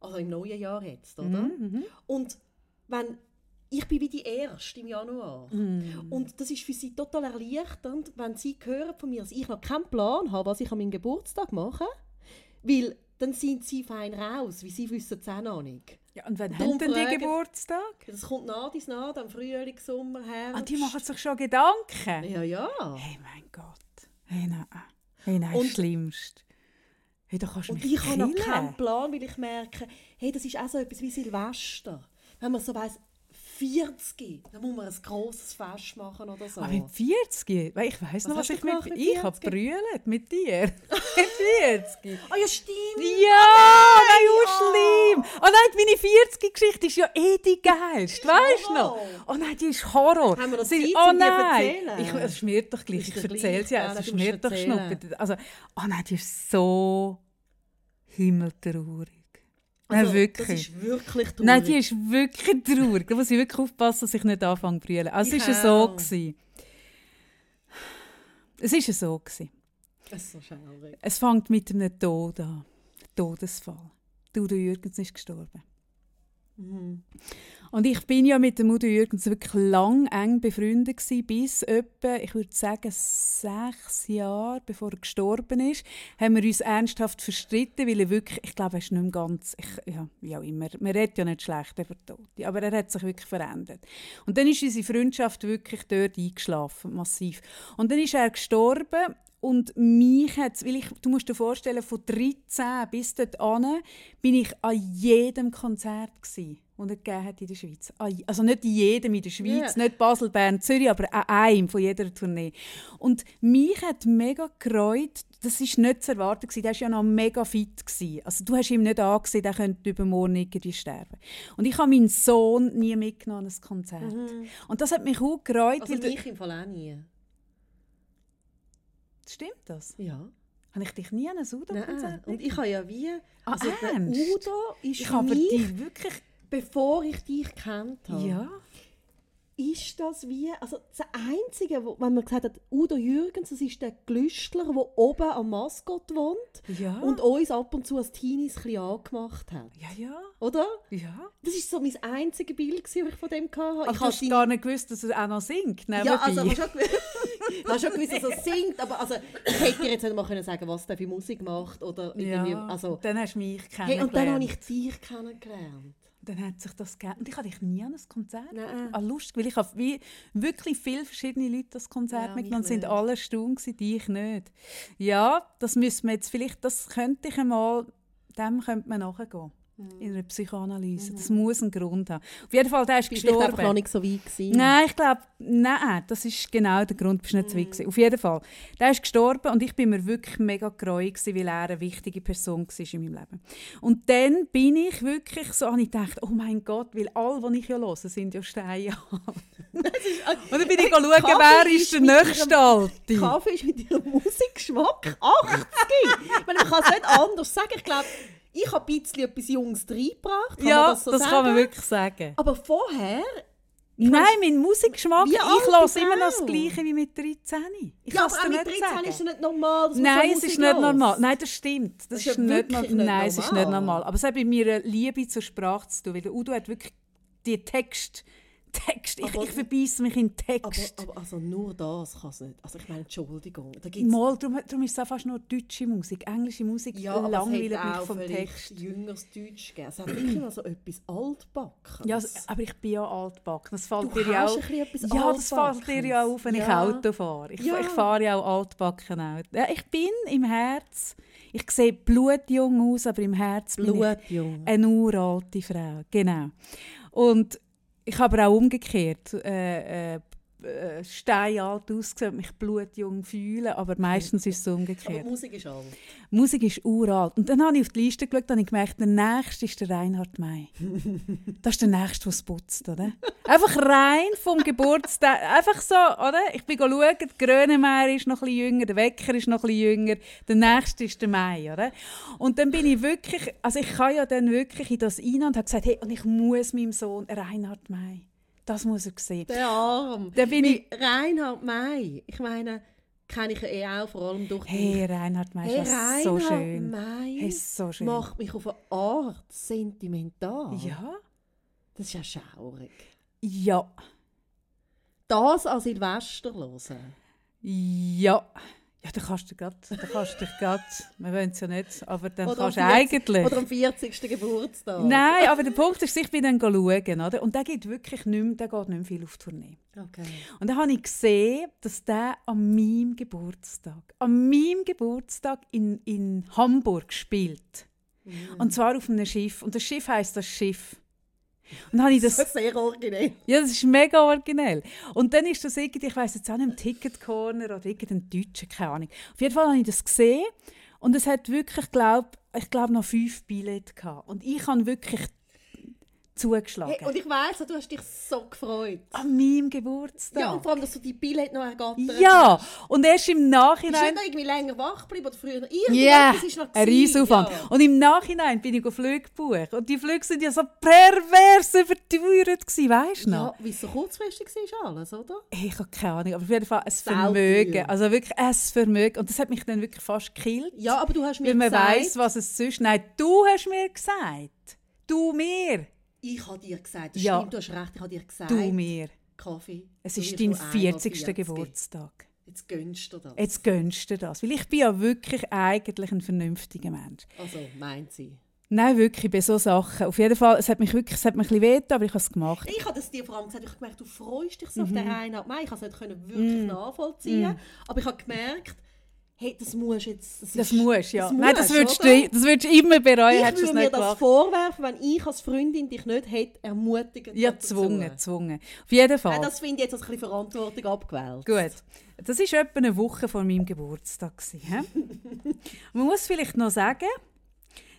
A: Also im neuen Jahr jetzt, oder?
B: Mhm.
A: Und wenn ich bin wie die Erste im Januar.
B: Mhm.
A: Und das ist für sie total erleichternd, wenn sie hören von mir, dass ich noch keinen Plan habe, was ich an meinem Geburtstag mache. Weil dann sind sie fein raus, weil sie wissen es auch noch nicht.
B: Ja, und wann
A: Darum
B: haben denn die
A: fragen-
B: Geburtstag?
A: Das kommt nach dies nach, dann Frühling, Sommer, Herbst.
B: Ah, die machen sich schon Gedanken.
A: Ja, ja.
B: Hey, mein Gott. Hey, nein. Hey, nein,
A: Und-
B: das Schlimmste. Hey, da kannst du
A: Und
B: mich
A: ich habe noch
B: killen.
A: keinen Plan, weil ich merke, hey, das ist auch so etwas wie Silvester. Wenn man so weiss, 40, dann muss man ein grosses Fest machen oder so.
B: Aber mit 40? Weil ich weiß noch,
A: Oh. Was
B: was,
A: hast du
B: ich mit...
A: gemacht mit
B: Ich habe
A: 40?
B: brüllt mit dir. mit 40.
A: Ah ja, stimmt!
B: Ja, nein,
A: ja.
B: oh schlimm. Oh nein, meine 40er-Geschichte ist ja eh die geilste, weißt du noch?
A: Horror.
B: Oh nein, die ist Horror.
A: Haben wir noch
B: Sie-
A: Zeit,
B: oh
A: um die
B: nein.
A: erzählen?
B: Ich, es ist mir doch
A: Ist
B: gleich, ich
A: dir gleich?
B: erzähle es
A: Ja,
B: ja, es
A: nein,
B: ist
A: du musst
B: mir doch
A: erzählen.
B: schnuppert. Also, oh nein, die ist so himmeltraurig. nein,
A: Also,
B: wirklich.
A: Das ist wirklich traurig.
B: Nein, die ist wirklich traurig. Da muss ich wirklich aufpassen, dass ich nicht anfange zu brüllen. Also, es
A: Ich
B: war ja so.
A: auch.
B: Gewesen. Es war ja so. Gewesen.
A: Das ist so schaurig.
B: Es fängt mit einem Tod an. Todesfall. Du, der Jürgens ist gestorben. Und ich bin ja mit der Mutter Jürgens wirklich lang eng befreundet gewesen, bis etwa, ich würde sagen, sechs Jahre bevor er gestorben ist, haben wir uns ernsthaft verstritten, weil er wirklich, ich glaube, er ist nicht mehr ganz, ich, ja, wie auch immer, man redet ja nicht schlecht über Tote, aber er hat sich wirklich verändert. Und dann ist unsere Freundschaft wirklich dort eingeschlafen, massiv. Und dann ist er gestorben und mich hat weil ich, du musst dir vorstellen, von 13 bis dort an bin ich an jedem Konzert gsi und er gegeben hat in der Schweiz. An je- Also nicht in jedem in der Schweiz,
A: Ja.
B: nicht Basel, Bern, Zürich, aber an einem von jeder Tournee. Und mich hat mega gefreut, das ist nicht zu erwarten gewesen, der war ja noch mega fit. Gewesen. Also du hast ihm nicht angesehen, der könnte übermorgen irgendwie sterben. Und ich habe meinen Sohn nie mitgenommen an ein Konzert. Und das hat mich auch gefreut.
A: Mhm. Also
B: weil der-
A: ich im Fall auch nie.
B: Stimmt das?
A: Ja.
B: Habe ich dich nie an ein
A: Nein.
B: Sudo-Konzert
A: Und ich habe ja wie...
B: Ah,
A: Also der
B: ernst?
A: Udo ist
B: Ich
A: ich
B: habe
A: mich,
B: dich wirklich.
A: bevor ich dich kennt habe.
B: Ja.
A: ist das wie, also das Einzige, wo, wenn man gesagt hat, Udo Jürgens, das ist der Glüstler, der oben am Maskott wohnt
B: Ja.
A: und uns ab und zu als Teenies ein bisschen angemacht hat.
B: ja, ja,
A: Oder?
B: ja.
A: Das ist so mein einziges Bild, gewesen, das ich von dem hatte.
B: Aber
A: ich
B: du hast
A: hatte
B: gar nicht gewusst, dass er auch noch singt.
A: ja, also ich habe schon, gew- hab schon gewusst, dass er singt, aber also, ich hätte dir jetzt nicht mal können sagen was der für Musik macht oder irgendwie,
B: ja.
A: also...
B: Dann hast du mich kennengelernt.
A: Hey, und dann habe ich dich kennengelernt.
B: Dann hat sich das gegeben. Und ich habe dich nie an ein Konzert
A: Nein.
B: mitgenommen. Ah, lustig, weil ich habe wie, wirklich viele verschiedene Leute das Konzert
A: Ja,
B: mitgenommen.
A: mich
B: sind
A: nicht.
B: alle stumm gewesen, dich nicht. Ja, das müssen wir jetzt vielleicht, das könnte ich einmal, dem könnte man nachgehen.
A: Mhm.
B: In einer Psychoanalyse. Das muss einen Grund haben. Auf jeden Fall, der ist
A: Bist du
B: gestorben.
A: Mhm. vielleicht einfach noch nicht so weit gewesen?
B: Nein, ich glaube, nein, das ist genau der Grund, bist du nicht zu weit gewesen. Auf jeden Fall. Der ist gestorben und ich bin mir wirklich mega gereut gewesen, weil er eine wichtige Person war in meinem Leben. Und dann bin ich wirklich so, habe ich gedacht, oh mein Gott, weil alle, die ich ja höre, sind ja Steine. und dann bin ich schauen, wer
A: Kaffee
B: ist
A: ist
B: der
A: mit
B: nächste Alte.
A: Kaffee ist mit ihrem Musikgeschmack 80. ich meine, man kann es nicht anders sagen. Ich glaube, ich habe ein bisschen etwas Jungs reingebracht. Kann
B: Ja,
A: man das,
B: das,
A: so sagen?
B: kann man wirklich sagen.
A: Aber vorher,
B: Nein, mein Musikgeschmack,
A: Wie
B: ich
A: alt bist
B: höre
A: du
B: immer noch das
A: auch?
B: Gleiche wie mit 13. Ich
A: ja,
B: kann's
A: aber auch
B: dir
A: mit
B: nicht
A: 13
B: sagen.
A: ist es nicht normal. Dass man Also so
B: Nein, es
A: Musik
B: ist nicht
A: hört.
B: normal. Nein, das stimmt. Das,
A: Das ist
B: ist,
A: ja
B: nicht,
A: wirklich
B: normal.
A: nicht
B: Nein, es ist nicht
A: normal.
B: normal. Aber es hat mit meiner Liebe zur Sprache zu tun, weil der Udo hat wirklich die Text, Text. Ich,
A: Aber-
B: ich verbeiße mich in
A: Aber,
B: Text.
A: aber also nur das kann es nicht. Also ich meine, Entschuldigung. Da gibt's,
B: Mal, darum, darum ist es auch fast nur deutsche Musik. Englische Musik langweilt mich vom Text.
A: jüngeres Deutsch gegeben. Es hat wirklich noch so etwas altbackenes.
B: Ja, also, aber ich bin ja altbacken. Das fällt
A: Du
B: dir ja
A: hast
B: auch.
A: ein bisschen etwas
B: ja, das fällt dir
A: Altbackenes.
B: ja auf, wenn ich
A: Ja.
B: Auto fahre. Ich,
A: Ja.
B: ich fahre ja auch altbacken Auto. Ja, ich bin im Herz. Ich sehe blutjung aus, aber im Herz bin ich
A: Blutjung.
B: Eine uralte Frau, genau. Und ich habe aber auch umgekehrt äh, äh, äh, steinalt ausgesehen und mich blutjung fühlen, aber meistens ist es
A: Aber
B: umgekehrt.
A: die Musik ist alt.
B: Musik ist uralt. Und dann habe ich auf die Liste geschaut und habe gemerkt, der nächste ist der Reinhard May. Das ist der nächste, der es putzt, oder? Einfach rein vom Geburtstag. Einfach so, oder? Ich bin schauen, der Grönemeyer ist noch ein bisschen jünger, der Wecker ist noch ein bisschen jünger, der nächste ist der Mai, oder? Und dann bin ich wirklich, also ich kann ja dann wirklich in das rein und habe gesagt, hey, und ich muss meinem Sohn Reinhard May. Das muss er sehen.
A: Der Arm.
B: Dann bin ich,
A: Reinhard May. Ich meine, kenne ich ja eh auch vor allem durch
B: hey, Reinhard May,
A: Hey,
B: ist das so
A: Reinhard
B: schön.
A: May
B: Hey, so schön.
A: macht mich auf eine Art sentimental.
B: Ja?
A: Das ist ja schaurig.
B: Ja.
A: Das an Silvester hören.
B: Ja. Ja, dann kannst du grad, dann kannst du dich grad, wir wollen es ja nicht, aber dann
A: am
B: kannst du
A: 40
B: eigentlich.
A: Oder am 40. Geburtstag.
B: Nein, aber der Punkt ist, ich bin dann schauen, oder? Und der geht wirklich nicht mehr, der geht nicht mehr viel auf Tournee.
A: Okay.
B: Und dann habe ich gesehen, dass der an meinem Geburtstag, an meinem Geburtstag in, in Hamburg spielt.
A: Mhm.
B: Und zwar auf einem Schiff. Und das Schiff heißt das Schiff. Und dann habe ich das
A: Das ist sehr originell.
B: ja, das ist mega originell. Und dann ist das irgendwie, ich weiß jetzt auch nicht, im Ticket Corner oder irgendein Deutschen, keine Ahnung. Auf jeden Fall habe ich das gesehen und es hat wirklich, glaub, ich glaube, noch fünf Billette gehabt. Und ich habe wirklich zugeschlagen.
A: Hey, und ich weiss, du hast dich so gefreut.
B: An meinem Geburtstag.
A: Ja, und vor allem, dass du die Billette noch ergattert hast.
B: Ja, und erst im
A: Bist du
B: Nachhinein.
A: nicht noch irgendwie länger wach geblieben oder früher? Irgendwas
B: Ja,
A: ist noch
B: ein
A: gewesen.
B: Riesenaufwand.
A: Ja.
B: Und im Nachhinein bin ich auf Flüge gebucht. Und die Flüge sind ja so pervers überteuert gewesen, weißt du noch?
A: Ja, weil es so kurzfristig war alles, oder?
B: Hey, Ich habe keine Ahnung, aber auf jeden Fall ein
A: Selten,
B: Vermögen.
A: ja.
B: Also wirklich ein Vermögen. Und das hat mich dann wirklich fast gekillt.
A: Ja, aber du hast mir
B: weil man
A: gesagt...
B: weiss, was es sonst... Nein, du hast mir gesagt. Du mir.
A: Ich habe dir gesagt, das
B: Ja.
A: stimmt, du hast recht, ich habe dir gesagt,
B: Du mir.
A: Kaffee.
B: Es
A: du
B: ist
A: wirst
B: dein Äh.
A: nur einmal
B: 40.
A: 40.
B: Geburtstag.
A: Jetzt gönnst du das.
B: Jetzt gönnst du das. Weil ich bin ja wirklich eigentlich ein vernünftiger Mensch.
A: Also, meint sie.
B: Nein, wirklich, bei so Sachen. Auf jeden Fall, es hat mich wirklich, es hat mich ein bisschen wehgetan, aber ich habe es gemacht.
A: Ich habe das dir vor allem gesagt, ich habe gemerkt, du freust dich so auf den
B: Mhm.
A: Reinhard May. Ich konnte es nicht können wirklich nachvollziehen, aber ich habe gemerkt, hey, das musst du jetzt... Das,
B: Das
A: ist-
B: musst du, ja.
A: das
B: Nein, das
A: musst,
B: würdest,
A: oder?
B: du, das würdest du immer bereuen,
A: Ich
B: hättest du
A: würde
B: es
A: mir
B: nicht
A: das
B: gemacht.
A: vorwerfen, wenn ich als Freundin dich nicht hätte ermutigen
B: Ja, gezwungen, gezwungen. Auf jeden Fall.
A: Nein, das finde ich jetzt als ein bisschen Verantwortung abgewählt.
B: Gut. Das war etwa eine Woche vor meinem Geburtstag. gewesen, hä? Man muss vielleicht noch sagen,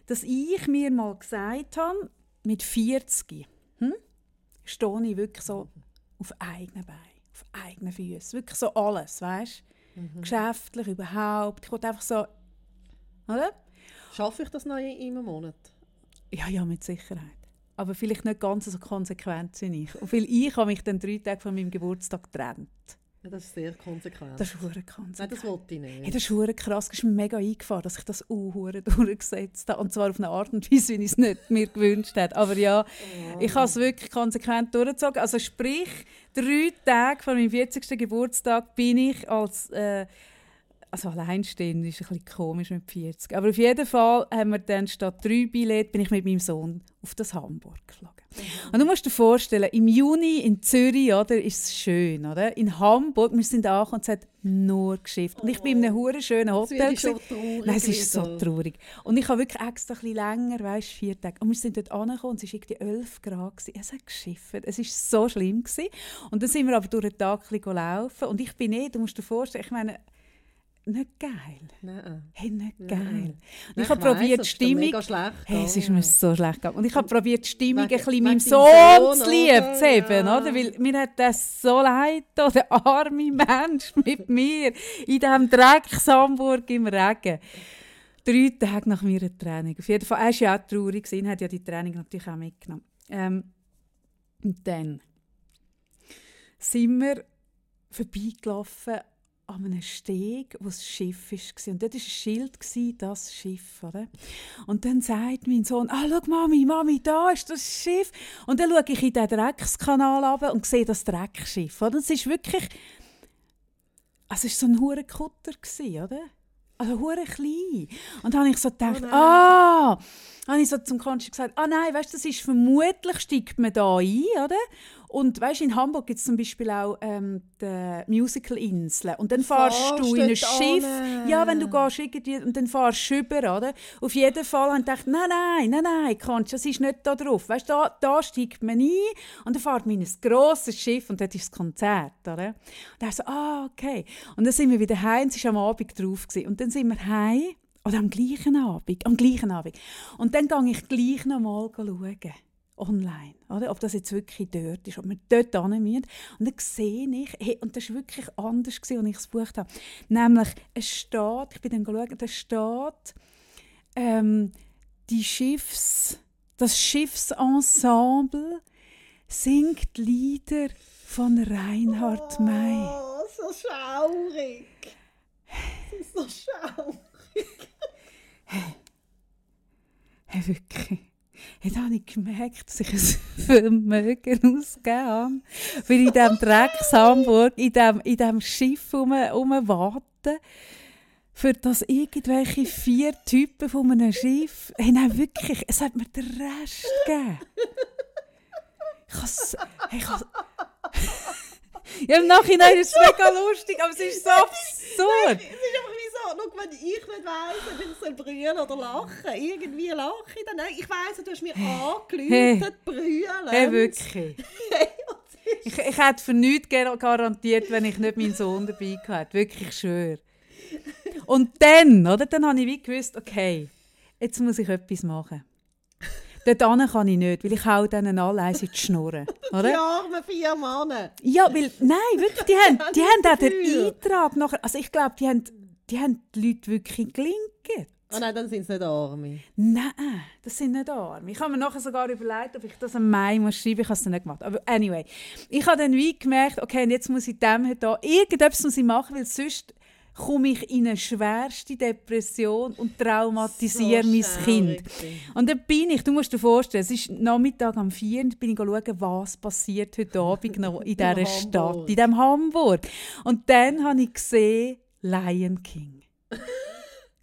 B: dass ich mir mal gesagt habe, mit 40 hm, stehe ich wirklich so auf eigenen Beinen, auf eigenen Füßen. Wirklich so alles, weißt du? Geschäftlich überhaupt. Ich wollte einfach so. Oder?
A: Schaffe ich das noch in einem Monat?
B: Ja, ja, mit Sicherheit. Aber vielleicht nicht ganz so konsequent sind ich. Und weil ich habe mich dann drei Tage von meinem Geburtstag getrennt.
A: Ja, das ist sehr konsequent.
B: Das ist verdammt konsequent.
A: Nein, das wollte ich
B: Hey,
A: nicht.
B: das ist hure krass, das ist mir mega eingefahren, dass ich das auch hure durchgesetzt habe. Und zwar auf eine Art und Weise, wie ich es nicht mir gewünscht hätte. Aber ja, ich habe es wirklich konsequent durchgezogen. Also sprich, drei Tage vor meinem 40. Geburtstag bin ich als... Äh, also alleinstehend ist ein bisschen komisch mit 40. Aber auf jeden Fall haben wir dann statt drei Billett bin ich mit meinem Sohn auf das Hamburg geflogen. Und du musst dir vorstellen, im Juni in Zürich, oder, ist es schön, oder? In Hamburg, wir sind angekommen und es hat nur geschifft. Und ich bin in einem hure schönen
A: Das würde
B: Hotel.
A: ich schon
B: gewesen.
A: traurig
B: Nein, es ist so
A: wieder.
B: traurig. Und ich habe wirklich extra ein bisschen länger, weißt, vier Tage. Und wir sind dort angekommen und es war irgendwie 11 Grad. Gewesen. Es hat geschifft. Es war so schlimm. Gewesen. Und dann sind wir aber durch den Tag ein bisschen gelaufen. Und ich bin eh, du musst dir vorstellen, ich meine, nicht geil.
A: Nein.
B: Hey, nicht geil.
A: Nein.
B: Und ich
A: Nein,
B: habe
A: weiss,
B: probiert, die
A: das ist dir
B: Stimmung.
A: Mega schlecht.
B: Hey, es ist
A: gegangen.
B: mir so schlecht gegangen. Und ich habe probiert, die Stimmung ein
A: Oh. Wegen-
B: bisschen
A: wegen
B: meinem
A: deinem
B: Sohn
A: Sohn,
B: zu lieb zu
A: oder?
B: haben,
A: Ja.
B: oder? Weil mir hat das so leid, getan, der arme Mensch mit mir in diesem Dreckshamburg im Regen. Drei Tage nach meiner Training. Auf jeden Fall, er war ja auch traurig, gewesen, hat ja die Training natürlich auch mitgenommen. Ähm, und dann sind wir vorbeigelaufen an einem Steg, wo das Schiff war. Und dort war ein Schild, gewesen, das Schiff. Oder? Und dann sagt mein Sohn, ah, schau, Mami, Mami, da ist das Schiff. Und dann schaue ich in den Dreckskanal runter und sehe das Dreckschiff. Oder? Und es ist wirklich... Also es war so ein hure Kutter, gewesen, oder? Also hure klein. Und dann habe ich so gedacht,
A: Oh nein.
B: ah... Dann habe ich so zum Konsti gesagt, ah nein, weißt, das ist vermutlich steigt man da ein, oder? Und weißt, in Hamburg gibt es zum Beispiel auch ähm, die Musical-Insel. Und dann fahrst
A: Fahrst
B: du in ein
A: dort
B: Schiff.
A: hin.
B: Ja, wenn du gehst irgendwie, und dann fahrst du über, oder? Auf jeden Fall haben gedacht, nein, nein, nein, nein, kannst, das ist nicht da drauf. Weißt, da, da steigt man ein und dann fährt man in ein grosses Schiff und dort ist das Konzert, oder? Und dann so, ah, okay. Und dann sind wir wieder heim, es war am Abend drauf. Gewesen. Und dann sind wir heim, oder am gleichen Abend, am gleichen Abend. Und dann gehe ich gleich noch mal schauen online, oder? ob das jetzt wirklich dort ist, ob wir dort hin müssen. Und dann sehe ich, hey, und das war wirklich anders, gewesen, als ich es gebucht habe. Nämlich, es steht, ich bin dann geschaut, da steht, ähm, die Schiffs, das Schiffsensemble singt Lieder von Reinhard May.
A: Oh, so schaurig. Das ist so schaurig.
B: Hey, wirklich. Hey, da habe ich gemerkt, dass ich ein Vermögen ausgegeben habe. Weil in diesem Drecks Hamburg, in diesem in dem Schiff rum, rumwarten, für das irgendwelche vier Typen von einem Schiff... Hey, nein, wirklich, es hat mir den Rest gegeben. Ich has, hey, ich has, ja, im Nachhinein ist es mega lustig, aber es ist so absurd.
A: Es ist einfach wie so, schau, wenn ich nicht weiss, ob ich soll brüllen oder lachen, irgendwie lache ich dann. Nein, ich weiss, du hast mir angelötet, brüllen.
B: Hey, wirklich. Ich, ich hätte für nichts gar- garantiert, wenn ich nicht meinen Sohn dabei gehabt hätte. Wirklich, ich schwöre. Und dann, oder? Dann habe ich wie gewusst, okay, jetzt muss ich etwas machen. Dort hin kann ich nicht, weil ich hau denen alle eins in die Schnurren. Oder?
A: Die armen vier Männer.
B: Ja, weil, nein, wirklich, die haben, die
A: Ja,
B: haben auch
A: das
B: den
A: Gefühl.
B: Eintrag nachher. Also ich glaube, die haben, die haben die Leute wirklich gelinkt.
A: Ah nein, dann sind es nicht Arme.
B: Nein, das sind nicht arm. Ich habe mir nachher sogar überlegt, ob ich das am Mai muss schreiben muss. Ich habe es dann nicht gemacht. Aber halt anyway, ich habe dann wie gemerkt, okay, und jetzt muss ich dem hier irgendetwas muss ich machen, weil sonst komme ich in eine schwerste Depression und traumatisiere mein Kind. Und dann bin ich, du musst dir vorstellen, es ist Nachmittag am 4. und bin ich schauen, was passiert heute Abend noch in dieser Stadt,
A: Hamburg.
B: in diesem Hamburg. Und dann habe ich gesehen, Lion King.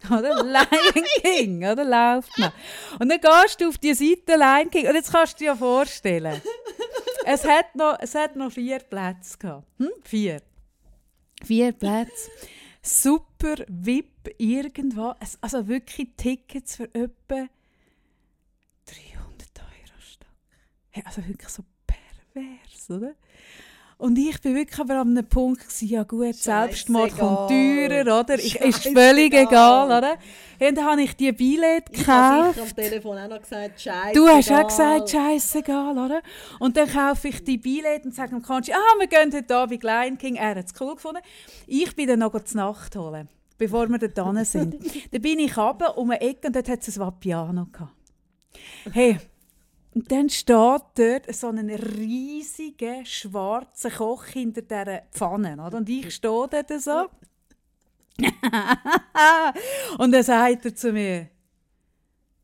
B: Oder? Lion King, oder? Läuft noch. Und dann gehst du auf die Seite Lion King. Und jetzt kannst du dir ja vorstellen, es hat noch, es hat noch vier Plätze gehabt. Hm? Vier. Vier Plätze. Super VIP irgendwo. Es- Also wirklich Tickets für etwa 300 Euro Stück. Hey, also wirklich so pervers, oder? Und ich bin wirklich aber an einem Punkt, gewesen, ja gut, Selbstmord kommt
A: Scheissegal.
B: teurer, oder? Ich, ist
A: Scheissegal.
B: völlig egal, oder? Ja, und dann habe ich die Billette
A: Ich habe sicher
B: gekauft.
A: am Telefon auch noch gesagt, scheiße.
B: Du hast auch gesagt, scheißegal, oder? Und dann kaufe ich die Billette und sage dem Kanji, ah, wir gehen heute Abend Lion King. Er hat es cool gefunden. Ich bin dann noch zur Nacht holen, bevor wir dort dran sind. dann bin ich runter um eine Ecke und dort hat es ein Vapiano gehabt. Hey, und dann steht dort so ein riesiger schwarzer Koch hinter dieser Pfanne, oder? Und ich stehe dort so. und dann sagt er zu mir,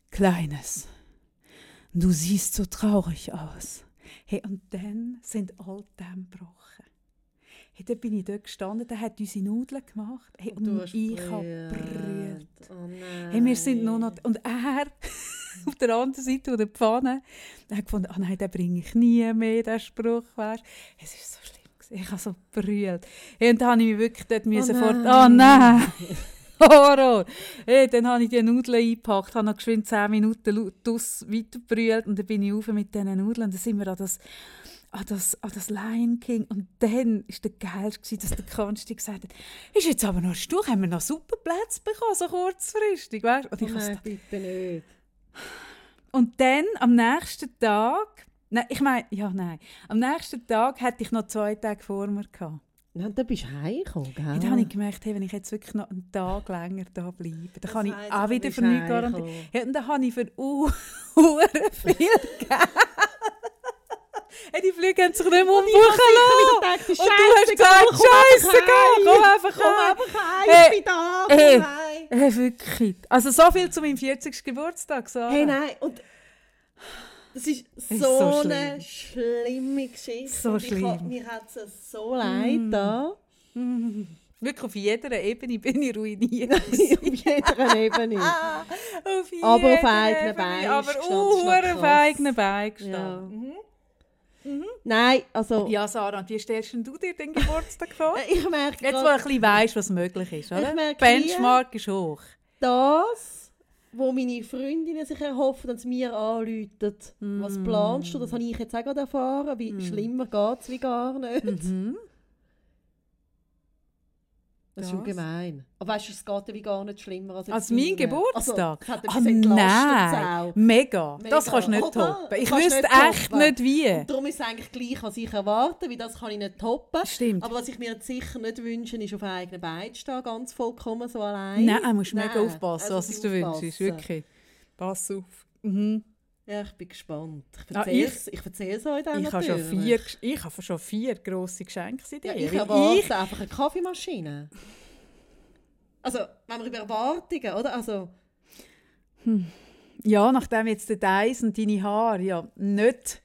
B: Kleines. Du siehst so traurig aus. Hey, und dann sind all dem gebrochen. Hey, dann bin ich dort gestanden, der hat unsere Nudeln gemacht. Hey, und,
A: Du hast
B: ich habe brüllt.
A: gebrüllt. Oh nein.
B: Hey, wir sind nur noch... Und er, auf der anderen Seite von der Pfanne, der hat gefunden, ah nein, den bringe ich nie mehr, den Spruch. Weißt. Es ist so schlimm. gewesen. Ich habe so brüllt. Hey, und dann habe ich mich wirklich dort müssen fort... Oh nein! Horror! Hey, dann habe ich die Nudeln eingepackt, habe noch geschwind 10 Minuten lau- draus weitergebrüllt und dann bin ich rauf mit diesen Nudeln und dann sind wir an das, an das, an das Lion King und dann war der geilste, gewesen, dass der Konsti gesagt hat, ist jetzt aber noch ein Stuch, haben wir noch super Plätze bekommen, so kurzfristig, weißt? Und ich
A: Oh
B: habe
A: nein, bitte nicht.
B: und dann am nächsten Tag, nein, ich meine, ja, nein, am nächsten Tag hatte ich noch zwei Tage vor mir. Gehabt.
A: Nein, dann bist du heimgekommen, gell?
B: Und Dann habe ich gemerkt, hey, wenn ich jetzt wirklich noch einen Tag länger da bleibe, dann
A: Das
B: kann ich
A: heisst,
B: auch
A: du
B: wieder
A: bist
B: für nichts garantieren.
A: heimgekommen.
B: Ja, und dann habe ich für uh, viel Geld. hey, die Flüge haben sich nicht mehr
A: Oh,
B: umbuchen lassen.
A: gedacht,
B: Und du hast gesagt, Scheiße, komm einfach, komm einfach.
A: heim, ich bin da, komm
B: Hey.
A: heim.
B: Hey, wirklich. Also so viel zu meinem 40. Geburtstag. Sarah.
A: Hey, nou, nein, und das ist so,
B: so
A: eine schlimme Geschichte.
B: So
A: Und ich
B: schlimm.
A: hab- Mir hat es so leid
B: Mm. Nou,
A: da. nou.
B: Wirklich auf jeder Ebene bin ich ruiniert.
A: auf jeder Ebene.
B: auf jeden
A: Aber auf eigenen
B: Fall.
A: Beinen
B: Aber
A: gestanden,
B: uhr
A: ist noch
B: auf
A: krass.
B: eigenen
A: Ja. Oh.
B: Beinen gestanden.
A: Nein, Mhm. also...
B: Mhm. Ja. Sarah, und wie stellst denn du dir den Geburtstag vor?
A: äh, Ich merke
B: Jetzt, wo
A: grad,
B: du ein bisschen weisst, was möglich ist, oder?
A: merke
B: Benchmark ist hoch.
A: das, wo meine Freundinnen sich erhoffen, dass sie mir anrufen.
B: Mm.
A: Was planst du? Das habe ich jetzt auch gerade erfahren. Wie schlimmer geht es wie gar nicht. Das ist
B: Das.
A: schon gemein. Aber weißt du, es geht ja wie gar nicht schlimmer als, jetzt
B: Als mein
A: deine.
B: Geburtstag?
A: Also,
B: Ah,
A: das hat etwas
B: nein,
A: entlastet's auch.
B: mega.
A: Mega,
B: Das kannst du nicht
A: oder?
B: toppen. Ich
A: Kannst
B: wüsste
A: nicht toppen.
B: echt nicht wie.
A: Darum ist es eigentlich gleich, was ich erwarte, weil das kann ich nicht toppen.
B: Stimmt.
A: Aber was ich mir jetzt sicher nicht wünsche, ist auf eigenen Beinen zu stehen, ganz vollkommen so allein.
B: Nein, du musst mega
A: Nein,
B: aufpassen,
A: also
B: was
A: muss
B: es du
A: ich
B: wünschst.
A: aufpassen.
B: Wirklich. Pass auf. Mhm.
A: Ja, ich bin gespannt. Ich
B: Ah,
A: erzähle es ich, erzähl's euch dann
B: Ich habe schon
A: natürlich.
B: vier, ich habe schon vier grosse Geschenke
A: Ja,
B: dir.
A: ich
B: Weil
A: erwarte
B: ich-
A: einfach eine Kaffeemaschine. Also, wenn wir über Erwartungen, oder? Also,
B: ja, nachdem jetzt der Deis und deine Haare ja nicht...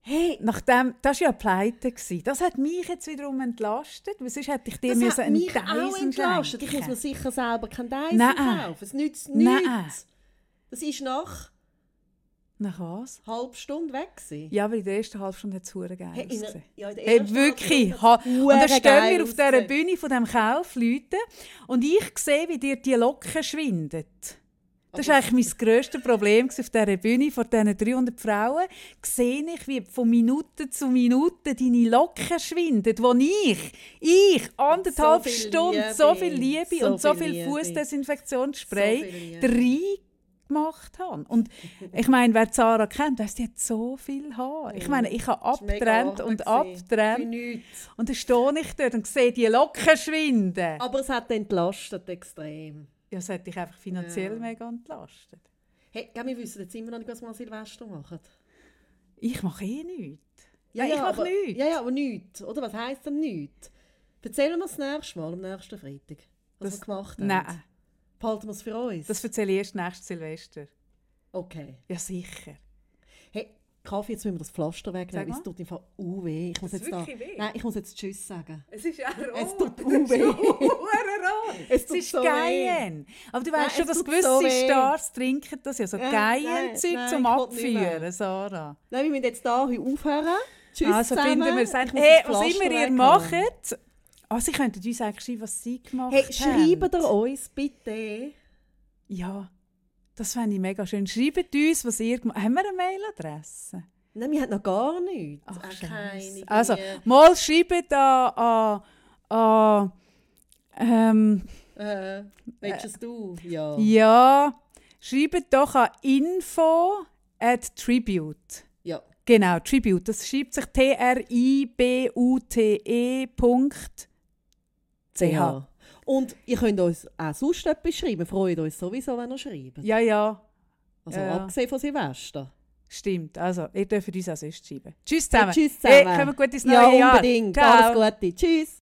A: hey,
B: Nachdem, das war ja pleite. Gewesen. Das hat mich jetzt wiederum entlastet, weil sonst hätte ich dir
A: das
B: müssen
A: hat
B: einen
A: mich
B: Dyson
A: auch entlastet. Ich muss
B: schenken.
A: mir sicher selber keinen Dyson
B: Nein.
A: kaufen. Es nützt
B: Nein.
A: nichts. Das ist nach
B: Nach was?
A: einer halben Stunde weg. gewesen.
B: Ja, aber in der ersten halben Stunde hat es verdammt geil
A: Hey, in der-
B: ausgesehen.
A: ja, in der
B: Hey,
A: ersten Halbstunde
B: wirklich. Ha
A: hat's
B: und dann stehen
A: huere
B: wir auf dieser
A: geil
B: Bühne von diesem Kauf, Leute, und ich sehe, wie dir die Locken schwindet. Das
A: Oh.
B: war eigentlich mein grösstes Problem gewesen auf dieser Bühne vor diesen 300 Frauen. Sehe ich, wie von Minute zu Minute deine Locken schwindet, wo ich, ich, anderthalb
A: viel
B: Stunden,
A: Liebe.
B: so viel Liebe
A: So
B: und so
A: viel
B: viel
A: Liebe. So viel
B: Fußdesinfektionsspray
A: Liebe.
B: drei gemacht habe. Und ich meine, wer Zara kennt, weiss, die hat so viel Haar. Ich meine, ich habe
A: Mhm. Das war mega
B: abtrennt und
A: Ordnung gewesen. Für
B: abtrennt.
A: nichts.
B: Und dann stehe ich dort und sehe die Locken schwinden.
A: Aber es hat entlastet extrem.
B: Ja, das hat dich einfach finanziell
A: Ja.
B: mega entlastet.
A: Hey, ja, wir wissen jetzt immer noch nicht, was wir an Silvester machen.
B: Ich mache eh nichts. Nein, ich mache
A: aber,
B: nichts.
A: Ja, ja, aber nichts. Oder was heisst denn nichts? Erzählen wir es nächstes Mal, am nächsten Freitag, was
B: Das-
A: wir gemacht haben.
B: Nein,
A: Behalten wir es für uns?
B: das erzähle ich erst nächstes Silvester.
A: okay.
B: Ja, sicher.
A: Hey, Kaffee, jetzt müssen wir das Pflaster
B: Sag
A: wegnehmen.
B: mal.
A: Es tut im Fall uh, weh. Ich muss
B: Das
A: jetzt
B: tut
A: da,
B: wirklich weh.
A: Nein, ich muss jetzt Tschüss sagen.
B: Es ist auch rot.
A: Es tut auch weh. Es
B: Es,
A: tut
B: ist
A: so
B: Geien. Aber du
A: Nein,
B: weißt schon,
A: es
B: dass
A: tut
B: gewisse
A: so weh.
B: Stars trinken das ja. So
A: Ja, nein,
B: Geien-Zeug
A: nein,
B: zum
A: ich will nicht mehr.
B: Abführen, Sarah.
A: Nein, wir müssen jetzt da heute aufhören. Tschüss
B: Also
A: zusammen.
B: finden wir es
A: Ich muss
B: Hey,
A: das
B: was
A: Pflaster
B: immer ihr
A: wegnehmen.
B: macht. Oh, sie könnten uns eigentlich schreiben, was sie gemacht
A: Hey,
B: haben.
A: schreibt ihr uns bitte.
B: Ja, das fände ich mega schön. Schreibt uns, was ihr gemacht habt. Haben wir eine Mailadresse?
A: Nein, wir haben noch gar nichts.
B: Ach,
A: Auch
B: Scheiße.
A: keine
B: Also,
A: Dinge.
B: mal schreibt an... an, an ähm,
A: Äh, willst du es du? Ja.
B: Ja, schreibt doch an info at tribute.
A: ja.
B: Genau, tribute. Das schreibt sich T-R-I-B-U-T-E. E Punkt. CH.
A: Ja. Und ihr könnt uns auch sonst etwas schreiben. Wir freuen uns sowieso, wenn ihr schreibt.
B: Ja, ja,
A: Also
B: Ja.
A: abgesehen von Silvester.
B: stimmt. Also, ihr dürft uns auch sonst schreiben. Tschüss zusammen.
A: Tschüss
B: Hey,
A: zusammen.
B: kommen gut ins neue
A: Ja,
B: Jahr.
A: unbedingt.
B: Ciao.
A: Alles Gute. Tschüss.